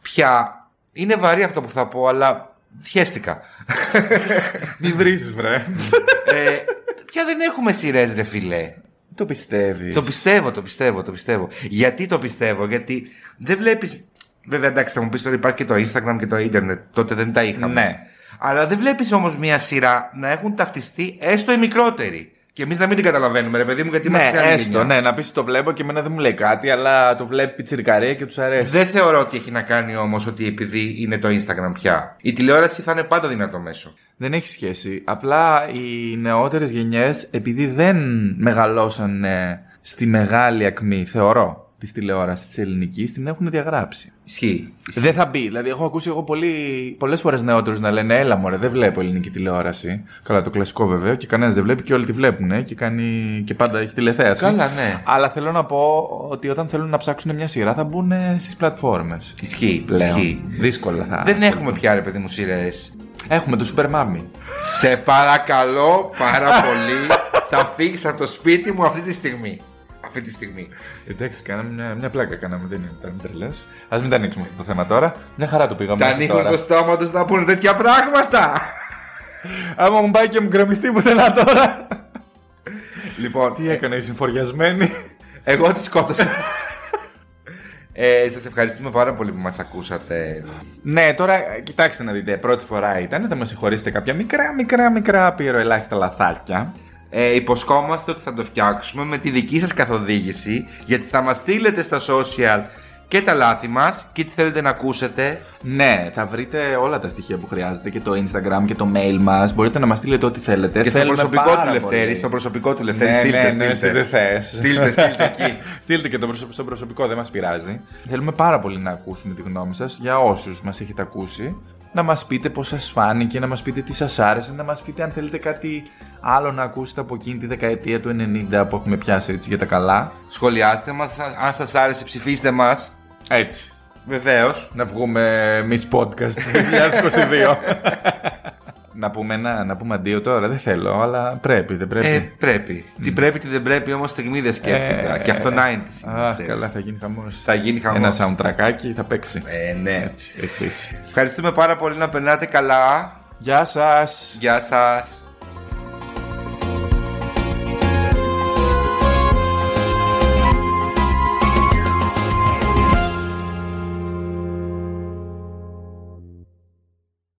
[SPEAKER 1] πια. Είναι βαρύ αυτό που θα πω, αλλά χαίστηκα.
[SPEAKER 2] Μη βρίζεις, βρε.
[SPEAKER 1] ε, πια δεν έχουμε σειρές, ρε φιλέ.
[SPEAKER 2] το πιστεύεις.
[SPEAKER 1] Το πιστεύω, το πιστεύω, το πιστεύω. Γιατί το πιστεύω, Γιατί δεν βλέπεις. Βέβαια, εντάξει, θα μου πεις τώρα υπάρχει και το Instagram και το Ιντερνετ. Τότε δεν τα είχαμε.
[SPEAKER 2] Ναι.
[SPEAKER 1] Αλλά δεν βλέπεις όμως μια σειρά να έχουν ταυτιστεί έστω οι μικρότεροι. Και εμείς να μην την καταλαβαίνουμε, ρε παιδί μου, γιατί
[SPEAKER 2] Ναι,
[SPEAKER 1] είμαστε σε άλλη
[SPEAKER 2] έστω,
[SPEAKER 1] γενιά.
[SPEAKER 2] ναι, να πεις το βλέπω και εμένα δεν μου λέει κάτι, αλλά το βλέπει τσιρικαρία και τους αρέσει.
[SPEAKER 1] Δεν θεωρώ ότι έχει να κάνει όμως ότι επειδή είναι το Instagram πια. Η τηλεόραση θα είναι πάντα δυνατό μέσο.
[SPEAKER 2] Δεν έχει σχέση. Απλά οι νεότερες γενιές, επειδή δεν μεγαλώσαν ε, στη μεγάλη ακμή, θεωρώ, της τηλεόρασης της ελληνικής, την έχουν διαγράψει.
[SPEAKER 1] Ισχύει. Ισχύει.
[SPEAKER 2] Δεν θα μπει. Δηλαδή, έχω ακούσει εγώ πολύ, πολλές φορές νεότερους να λένε «Έλα μωρέ, δεν βλέπω ελληνική τηλεόραση». Καλά, το κλασικό βέβαια και κανένας δεν βλέπει και όλοι τη βλέπουν ε, και, κάνει, και πάντα έχει τηλεθέαση.
[SPEAKER 1] Καλά, ναι.
[SPEAKER 2] Αλλά θέλω να πω ότι όταν θέλουν να ψάξουν μια σειρά θα μπουν ε, στις πλατφόρμες.
[SPEAKER 1] Ισχύει.
[SPEAKER 2] Πλέον.
[SPEAKER 1] Ισχύει.
[SPEAKER 2] Δύσκολα θα.
[SPEAKER 1] Δεν έχουμε πια, ρε παιδί μου, σειρές.
[SPEAKER 2] Έχουμε το Super Mummy.
[SPEAKER 1] Σε παρακαλώ πάρα πολύ, θα φύγεις από το σπίτι μου αυτή τη στιγμή. Αυτή τη
[SPEAKER 2] Ναι,
[SPEAKER 1] στιγμή.
[SPEAKER 2] Εντάξει, κάναμε μια, μια πλάκα κάναμε, δεν είναι τώρα, μην τρελέ. Ας μην τα ανοίξουμε αυτό το θέμα τώρα. Μια χαρά το πήγαμε.
[SPEAKER 1] Τα
[SPEAKER 2] μέχρι
[SPEAKER 1] ανοίγουν
[SPEAKER 2] τώρα.
[SPEAKER 1] το στόμα τους να πούνε τέτοια πράγματα.
[SPEAKER 2] Άμα μου πάει και μου γκρεμιστεί πουθενά τώρα.
[SPEAKER 1] λοιπόν,
[SPEAKER 2] Τι έκανε, η συμφοριασμένη.
[SPEAKER 1] εγώ τη σκότωσα. ε, Σας ευχαριστούμε πάρα πολύ που μας ακούσατε.
[SPEAKER 2] ναι, τώρα κοιτάξτε να δείτε. Πρώτη φορά ήταν, θα μα συγχωρήσετε κάποια μικρά, μικρά, μικρά πυροελάχιστα λαθάκια.
[SPEAKER 1] Ε, υποσχόμαστε ότι θα το φτιάξουμε με τη δική σας καθοδήγηση γιατί θα μας στείλετε στα social και τα λάθη μας και τι θέλετε να ακούσετε
[SPEAKER 2] Ναι, θα βρείτε όλα τα στοιχεία που χρειάζεται και το Instagram και το mail μας. Μπορείτε να μας στείλετε ό,τι θέλετε.
[SPEAKER 1] και στο
[SPEAKER 2] Θέλουμε
[SPEAKER 1] προσωπικό
[SPEAKER 2] πάρα
[SPEAKER 1] του Λευτέρη,
[SPEAKER 2] πολύ.
[SPEAKER 1] στο προσωπικό του Λευτέρη,
[SPEAKER 2] Ναι,
[SPEAKER 1] στείλτε,
[SPEAKER 2] ναι, ναι, εσύ
[SPEAKER 1] στείλτε.
[SPEAKER 2] δεν θες.
[SPEAKER 1] Στείλτε, στείλτε εκεί.
[SPEAKER 2] στείλτε και το προσω- στο προσωπικό, δεν μας πειράζει. Θέλουμε πάρα πολύ να ακούσουμε τη γνώμη σας για όσους μας έχετε ακούσει. Να μας πείτε πώς σας φάνηκε, να μας πείτε τι σας άρεσε, να μας πείτε αν θέλετε κάτι άλλο να ακούσετε από εκείνη τη δεκαετία του 90 που έχουμε πιάσει έτσι για τα καλά.
[SPEAKER 1] Σχολιάστε μας, αν σας άρεσε ψηφίστε μας,
[SPEAKER 2] Έτσι.
[SPEAKER 1] βεβαίως.
[SPEAKER 2] Να βγούμε εμείς podcast το 2022. να, πούμε ένα, να πούμε αντίο τώρα, δεν θέλω, αλλά πρέπει, δεν πρέπει.
[SPEAKER 1] Ε, πρέπει. Τι πρέπει, τι δεν πρέπει, όμως στιγμή δεν σκέφτηκα.
[SPEAKER 2] Ε,
[SPEAKER 1] και αυτό 90 είναι,
[SPEAKER 2] Αχ,
[SPEAKER 1] ξέρεις.
[SPEAKER 2] καλά, θα γίνει χαμός.
[SPEAKER 1] Θα γίνει
[SPEAKER 2] Ένα
[SPEAKER 1] χαμός.
[SPEAKER 2] soundtrackάκι θα παίξει.
[SPEAKER 1] Ε, ναι.
[SPEAKER 2] Έτσι, έτσι, έτσι.
[SPEAKER 1] Ευχαριστούμε πάρα πολύ να περνάτε καλά.
[SPEAKER 2] Γεια σας!
[SPEAKER 1] Γεια σας.